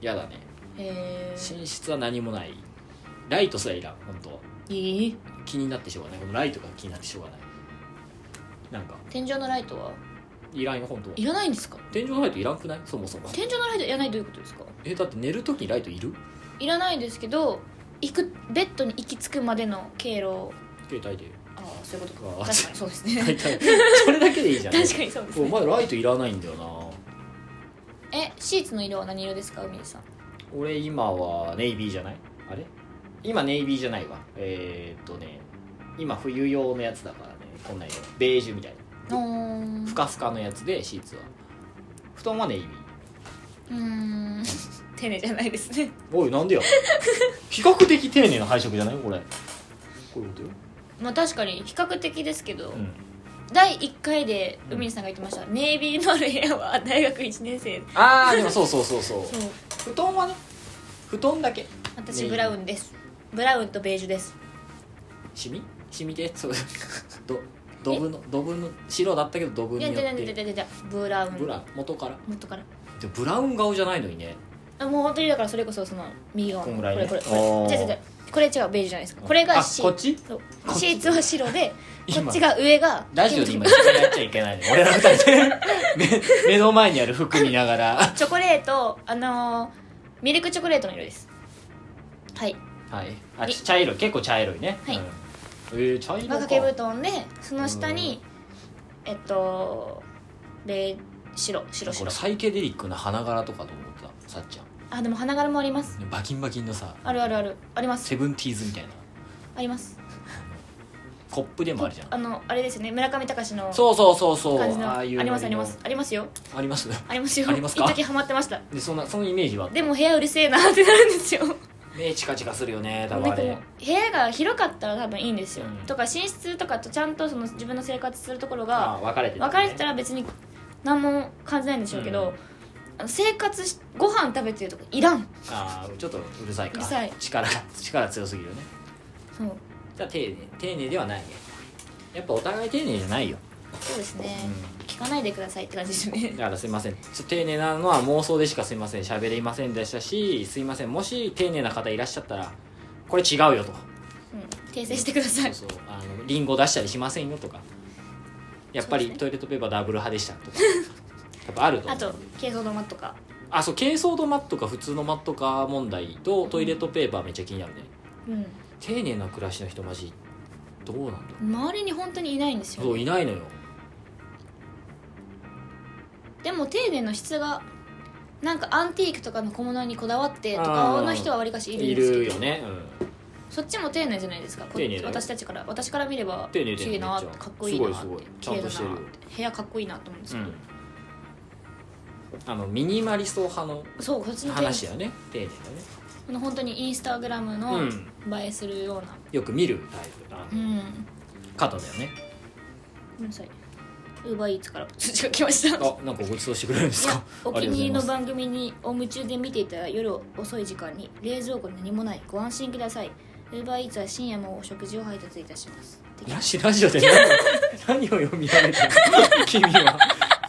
Speaker 1: 嫌だね
Speaker 2: えー
Speaker 1: 寝室は何もないライトすらいらん本当
Speaker 2: いい
Speaker 1: 気になってしょうがないこのライトが気になってしょうがないなんか
Speaker 2: 天井のライトはい
Speaker 1: らんよ本当
Speaker 2: いらないんですか
Speaker 1: 天井のライトいらんくないそもそも
Speaker 2: 天井のライトいらないどういうことですか
Speaker 1: えだって寝る時にライトいる
Speaker 2: いらないですけど行くベッドに行き着くまでの経路を
Speaker 1: 携帯で
Speaker 2: ああそういうこと
Speaker 1: あー
Speaker 2: か確かにそうですね
Speaker 1: 大体 (laughs) それだけでいいじゃん
Speaker 2: 確かにそうです
Speaker 1: お
Speaker 2: ね
Speaker 1: 前ライトいらないんだよな
Speaker 2: えシーツの色は何色ですか海さん
Speaker 1: 俺今はネイビーじゃないあれ今ネイビーじゃないわえー、っとね今冬用のやつだからねこんな色ベージュみたいな
Speaker 2: おー
Speaker 1: ふかふかのやつでシーツは布団はネイビー
Speaker 2: うーん (laughs) 丁寧じゃないですね
Speaker 1: おいなんでや (laughs) 比較的丁寧な配色じゃないこれこういうことよ、
Speaker 2: まあ確かに比較的ですけど、
Speaker 1: うん、
Speaker 2: 第1回で海さんが言ってました、ネイビーのある部屋は大学1年生
Speaker 1: ああ (laughs) でもそうそうそうそう
Speaker 2: そう
Speaker 1: 布団はね布団だけネイ
Speaker 2: 私
Speaker 1: ビー
Speaker 2: ブラウンですブラウンとベージュです
Speaker 1: シミシミでそうどドブのドブの白だったけどドブ
Speaker 2: い
Speaker 1: に
Speaker 2: や
Speaker 1: よっ
Speaker 2: いやいやいや
Speaker 1: て
Speaker 2: いやいやブラウン
Speaker 1: ブラ元から
Speaker 2: もっとから
Speaker 1: でもブラウン顔じゃないのにね
Speaker 2: あもう本当にだからそれこそその右側
Speaker 1: こ
Speaker 2: の
Speaker 1: んぐらいね
Speaker 2: これこ
Speaker 1: お
Speaker 2: れ
Speaker 1: ー
Speaker 2: 違う違う違うこれ違うベージュじゃないですかこれが
Speaker 1: あ
Speaker 2: シ
Speaker 1: こっち
Speaker 2: そう
Speaker 1: こっち
Speaker 2: シーツは白でこ
Speaker 1: 今
Speaker 2: っちが上が
Speaker 1: ラジオで今一緒にやっちゃいけないの俺ら二人で (laughs) 目目の前にある服見ながら
Speaker 2: (laughs) チョコレートあのーミルクチョコレートの色ですはい
Speaker 1: はいあち茶色い結構茶色いね、
Speaker 2: はい
Speaker 1: うんえー、茶色
Speaker 2: が
Speaker 1: か
Speaker 2: 掛け布団でその下にえっとベー白白
Speaker 1: こ
Speaker 2: 白
Speaker 1: れサイケデリックな花柄とかと思ってたさっちゃん
Speaker 2: あでも花柄もあります
Speaker 1: バキンバキンのさ
Speaker 2: あるあるあるあります
Speaker 1: セブンティーズみたいな
Speaker 2: あります
Speaker 1: コップでもあるじゃん
Speaker 2: あのあれですよね村上隆の
Speaker 1: そうそうそうそう
Speaker 2: 感じのあり
Speaker 1: の
Speaker 2: ますありますありますよ
Speaker 1: あります
Speaker 2: ありますよ
Speaker 1: ありますか
Speaker 2: 一時ハマってました
Speaker 1: でそんなそのイメージは
Speaker 2: でも部屋うるせえなってなるんですよ
Speaker 1: 目チカチカするよね
Speaker 2: な
Speaker 1: 多
Speaker 2: んか
Speaker 1: 分
Speaker 2: も
Speaker 1: あ
Speaker 2: う
Speaker 1: れ
Speaker 2: 部屋が広かったら多分いいんですよ、
Speaker 1: うん
Speaker 2: とか寝室とかとちゃんとその自分の生活するところ
Speaker 1: あ
Speaker 2: が
Speaker 1: あ分かれてるね
Speaker 2: 分かれてたら別に何も感じないんでしょうけど、
Speaker 1: うん
Speaker 2: あの生活しご飯食べてるとこいらん
Speaker 1: ああちょっとうるさいか
Speaker 2: うるさい
Speaker 1: 力が力強すぎるよね
Speaker 2: そう
Speaker 1: じゃあ丁寧丁寧ではないねやっぱお互い丁寧じゃないよ、
Speaker 2: そうですね、
Speaker 1: う
Speaker 2: 聞かないでくださいって感じですよね
Speaker 1: ん、だからすいませんちょっと丁寧なのは妄想でしかすいません喋れませんでしたしすいませんもし丁寧な方いらっしゃったらこれ違うよと
Speaker 2: うん訂正してください
Speaker 1: そうそうあのリンゴ出したりしませんよとかやっぱ
Speaker 2: そう
Speaker 1: り
Speaker 2: ですね
Speaker 1: トイレットペーパーダブル派でした
Speaker 2: (laughs)
Speaker 1: とかやっぱあると思
Speaker 2: あ
Speaker 1: う
Speaker 2: と軽装の間とか
Speaker 1: あそう珪藻土マットか普通のマットか問題とトイレットペーパーめっちゃ気になるね
Speaker 2: うん
Speaker 1: 丁寧な暮らしの人マジどうなんだろ
Speaker 2: 周りに本当にいないんです
Speaker 1: うそう
Speaker 2: よ
Speaker 1: いないのよ
Speaker 2: でも丁寧の質がなんかアンティークとかの小物にこだわってとかの人はわりかしいるん
Speaker 1: い
Speaker 2: ですけど
Speaker 1: るよね、うん、
Speaker 2: そっちも丁寧じゃないですかこ
Speaker 1: 丁寧だよ
Speaker 2: 私たちから私から見れば
Speaker 1: 丁寧だよ
Speaker 2: 綺麗な
Speaker 1: めっちゃ
Speaker 2: かっこいいな
Speaker 1: すごいすごいち
Speaker 2: 綺
Speaker 1: ゃん
Speaker 2: 麗
Speaker 1: と
Speaker 2: だ
Speaker 1: してる
Speaker 2: な部屋かっこいいなと思うんですけど、
Speaker 1: あのミニマリスト派の
Speaker 2: そうこっちの丁
Speaker 1: 話
Speaker 2: 寧
Speaker 1: だよね丁寧だね
Speaker 2: この本当にインスタグラム
Speaker 1: う
Speaker 2: の映
Speaker 1: ん
Speaker 2: えするような
Speaker 1: よく見るタイプな
Speaker 2: うん
Speaker 1: 方だよね
Speaker 2: ごめんなさいウーバーイーツから通知が来ましたいや
Speaker 1: あなんかごちそうしてくれるんですか
Speaker 2: お気に入りの
Speaker 1: あがとうございます
Speaker 2: 番組にを夢中で見ていたら夜遅い時間に冷蔵庫に何もないご安心くださいウーバーイーツは深夜もお食事を配達いたします
Speaker 1: ラジラジオで何を何を読み上げてるの君は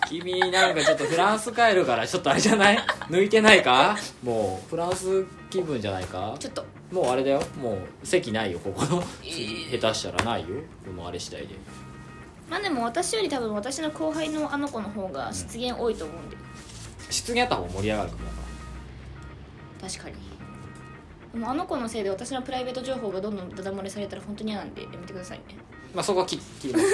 Speaker 1: 君なんかちょっとフランス帰るからちょっとあれじゃない抜いてないかもうフランス気分じゃないか
Speaker 2: ちょっと
Speaker 1: もうあれだよもう席ないよここの下手したらないよこのあれ次第で
Speaker 2: まあでも私より多分私の後輩のあの子の方が失言多いと思うんで、
Speaker 1: 質にあった方が盛り上がるから
Speaker 2: 確かにでもあの子のせいで私のプライベート情報がどんどんダダ漏れされたら本当に嫌なんでやめてくださいね
Speaker 1: まあそこは切切ります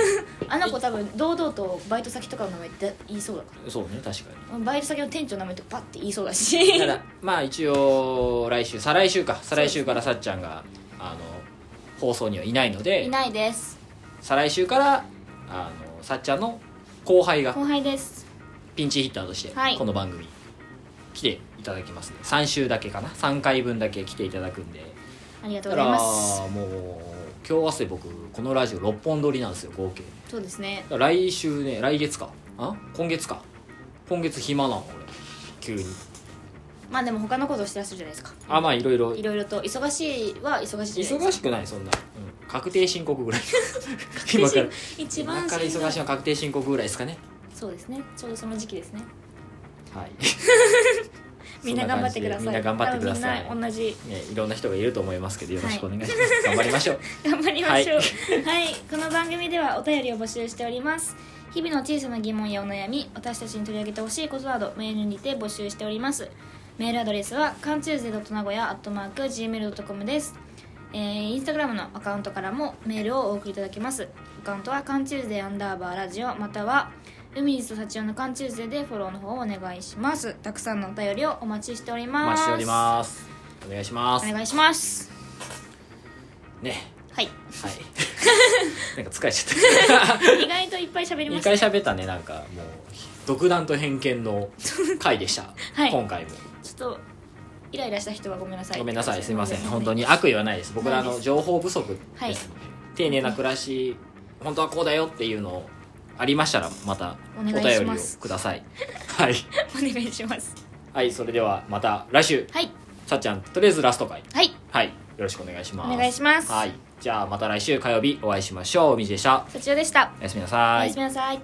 Speaker 2: あの子多分堂々とバイト先とかの名前って言いそうだか
Speaker 1: そうね確かに
Speaker 2: らバイト先の店長の名前とかパッて言いそうだし
Speaker 1: だからまあ一応来週再来週か再来週からさっちゃんがあの放送にはいないので
Speaker 2: (laughs) いないです
Speaker 1: 再来週からあのさっちゃんの後輩が
Speaker 2: 後輩です
Speaker 1: ピンチヒッターとして
Speaker 2: はい
Speaker 1: この番組に来ていただきますね、3週だけかな3回分だけ来ていただくんで
Speaker 2: ありがと
Speaker 1: だ
Speaker 2: う
Speaker 1: か
Speaker 2: ご
Speaker 1: ら
Speaker 2: ざいます
Speaker 1: もう今日明日で僕このラジオ6本撮りなんですよ合計
Speaker 2: そうですね
Speaker 1: だから来週ね来月かあ今月か今月暇なの俺急に
Speaker 2: まあでも他のことをしてらっしゃるじゃないですか
Speaker 1: あまあいろいろ
Speaker 2: いろいろと忙しいは忙しいじゃないですか
Speaker 1: 忙しくないそんな、うん確定申告ぐらい今
Speaker 2: 今
Speaker 1: から
Speaker 2: 一
Speaker 1: 今
Speaker 2: 番
Speaker 1: から
Speaker 2: しんど
Speaker 1: 忙しいの
Speaker 2: い
Speaker 1: は確定申告ぐらいですかね
Speaker 2: そうですねちょうどその時期ですね
Speaker 1: はい
Speaker 2: (laughs) みんな頑張ってください
Speaker 1: そんな感じでみんな頑張ってください
Speaker 2: 多分みんな同じ
Speaker 1: ね、いろんな人がいると思いますけどよろしくお願いします、頑張りましょう
Speaker 2: 頑張りましょうはい、この番組ではお便りを募集しております日々の小さな疑問やお悩み私たちに取り上げてほしいことなどメールにて募集しておりますメールアドレスは関中勢名古屋アットマーク Gmail.com ですえー、インスタグラムのアカウントからもメールをお送りいただけますアカウントは関中勢アンダーバーラジオまたは海水と幸男の関中勢でフォローの方をお願いしますたくさんのお便りをお待ちしており
Speaker 1: お
Speaker 2: ま
Speaker 1: 待ち
Speaker 2: す
Speaker 1: しておりますお願いします
Speaker 2: お願いします
Speaker 1: ね
Speaker 2: は
Speaker 1: は
Speaker 2: い (laughs)
Speaker 1: いなんか疲れちゃっ
Speaker 2: 意外といっぱい喋り
Speaker 1: た
Speaker 2: ま
Speaker 1: 二
Speaker 2: した
Speaker 1: 回喋ったねなんかもう独断と偏見
Speaker 2: (laughs)
Speaker 1: の回でした、
Speaker 2: はい
Speaker 1: 今回も
Speaker 2: ちょっとイライラした人はごめんなさい
Speaker 1: ごめんなさいすいません本当
Speaker 2: に
Speaker 1: に悪意はないです僕らあ
Speaker 2: ない
Speaker 1: の
Speaker 2: です
Speaker 1: 情報不足です、
Speaker 2: はい
Speaker 1: 丁寧な暮らし本当はこうだよっていうのをありましたらまた
Speaker 2: お
Speaker 1: お
Speaker 2: 願
Speaker 1: 便
Speaker 2: い
Speaker 1: り
Speaker 2: し
Speaker 1: を
Speaker 2: ます
Speaker 1: くださいはい、
Speaker 2: (laughs) お願いします
Speaker 1: はい、それではまた来週
Speaker 2: はい
Speaker 1: さっちゃんとりあえずラスト回
Speaker 2: はい
Speaker 1: はいよろしくお願いします
Speaker 2: お願いします
Speaker 1: はいじゃあまた来週火曜日お会いしましょうみじでした
Speaker 2: そちらでした
Speaker 1: おやすみな
Speaker 2: お
Speaker 1: さ
Speaker 2: や
Speaker 1: い
Speaker 2: すみなさい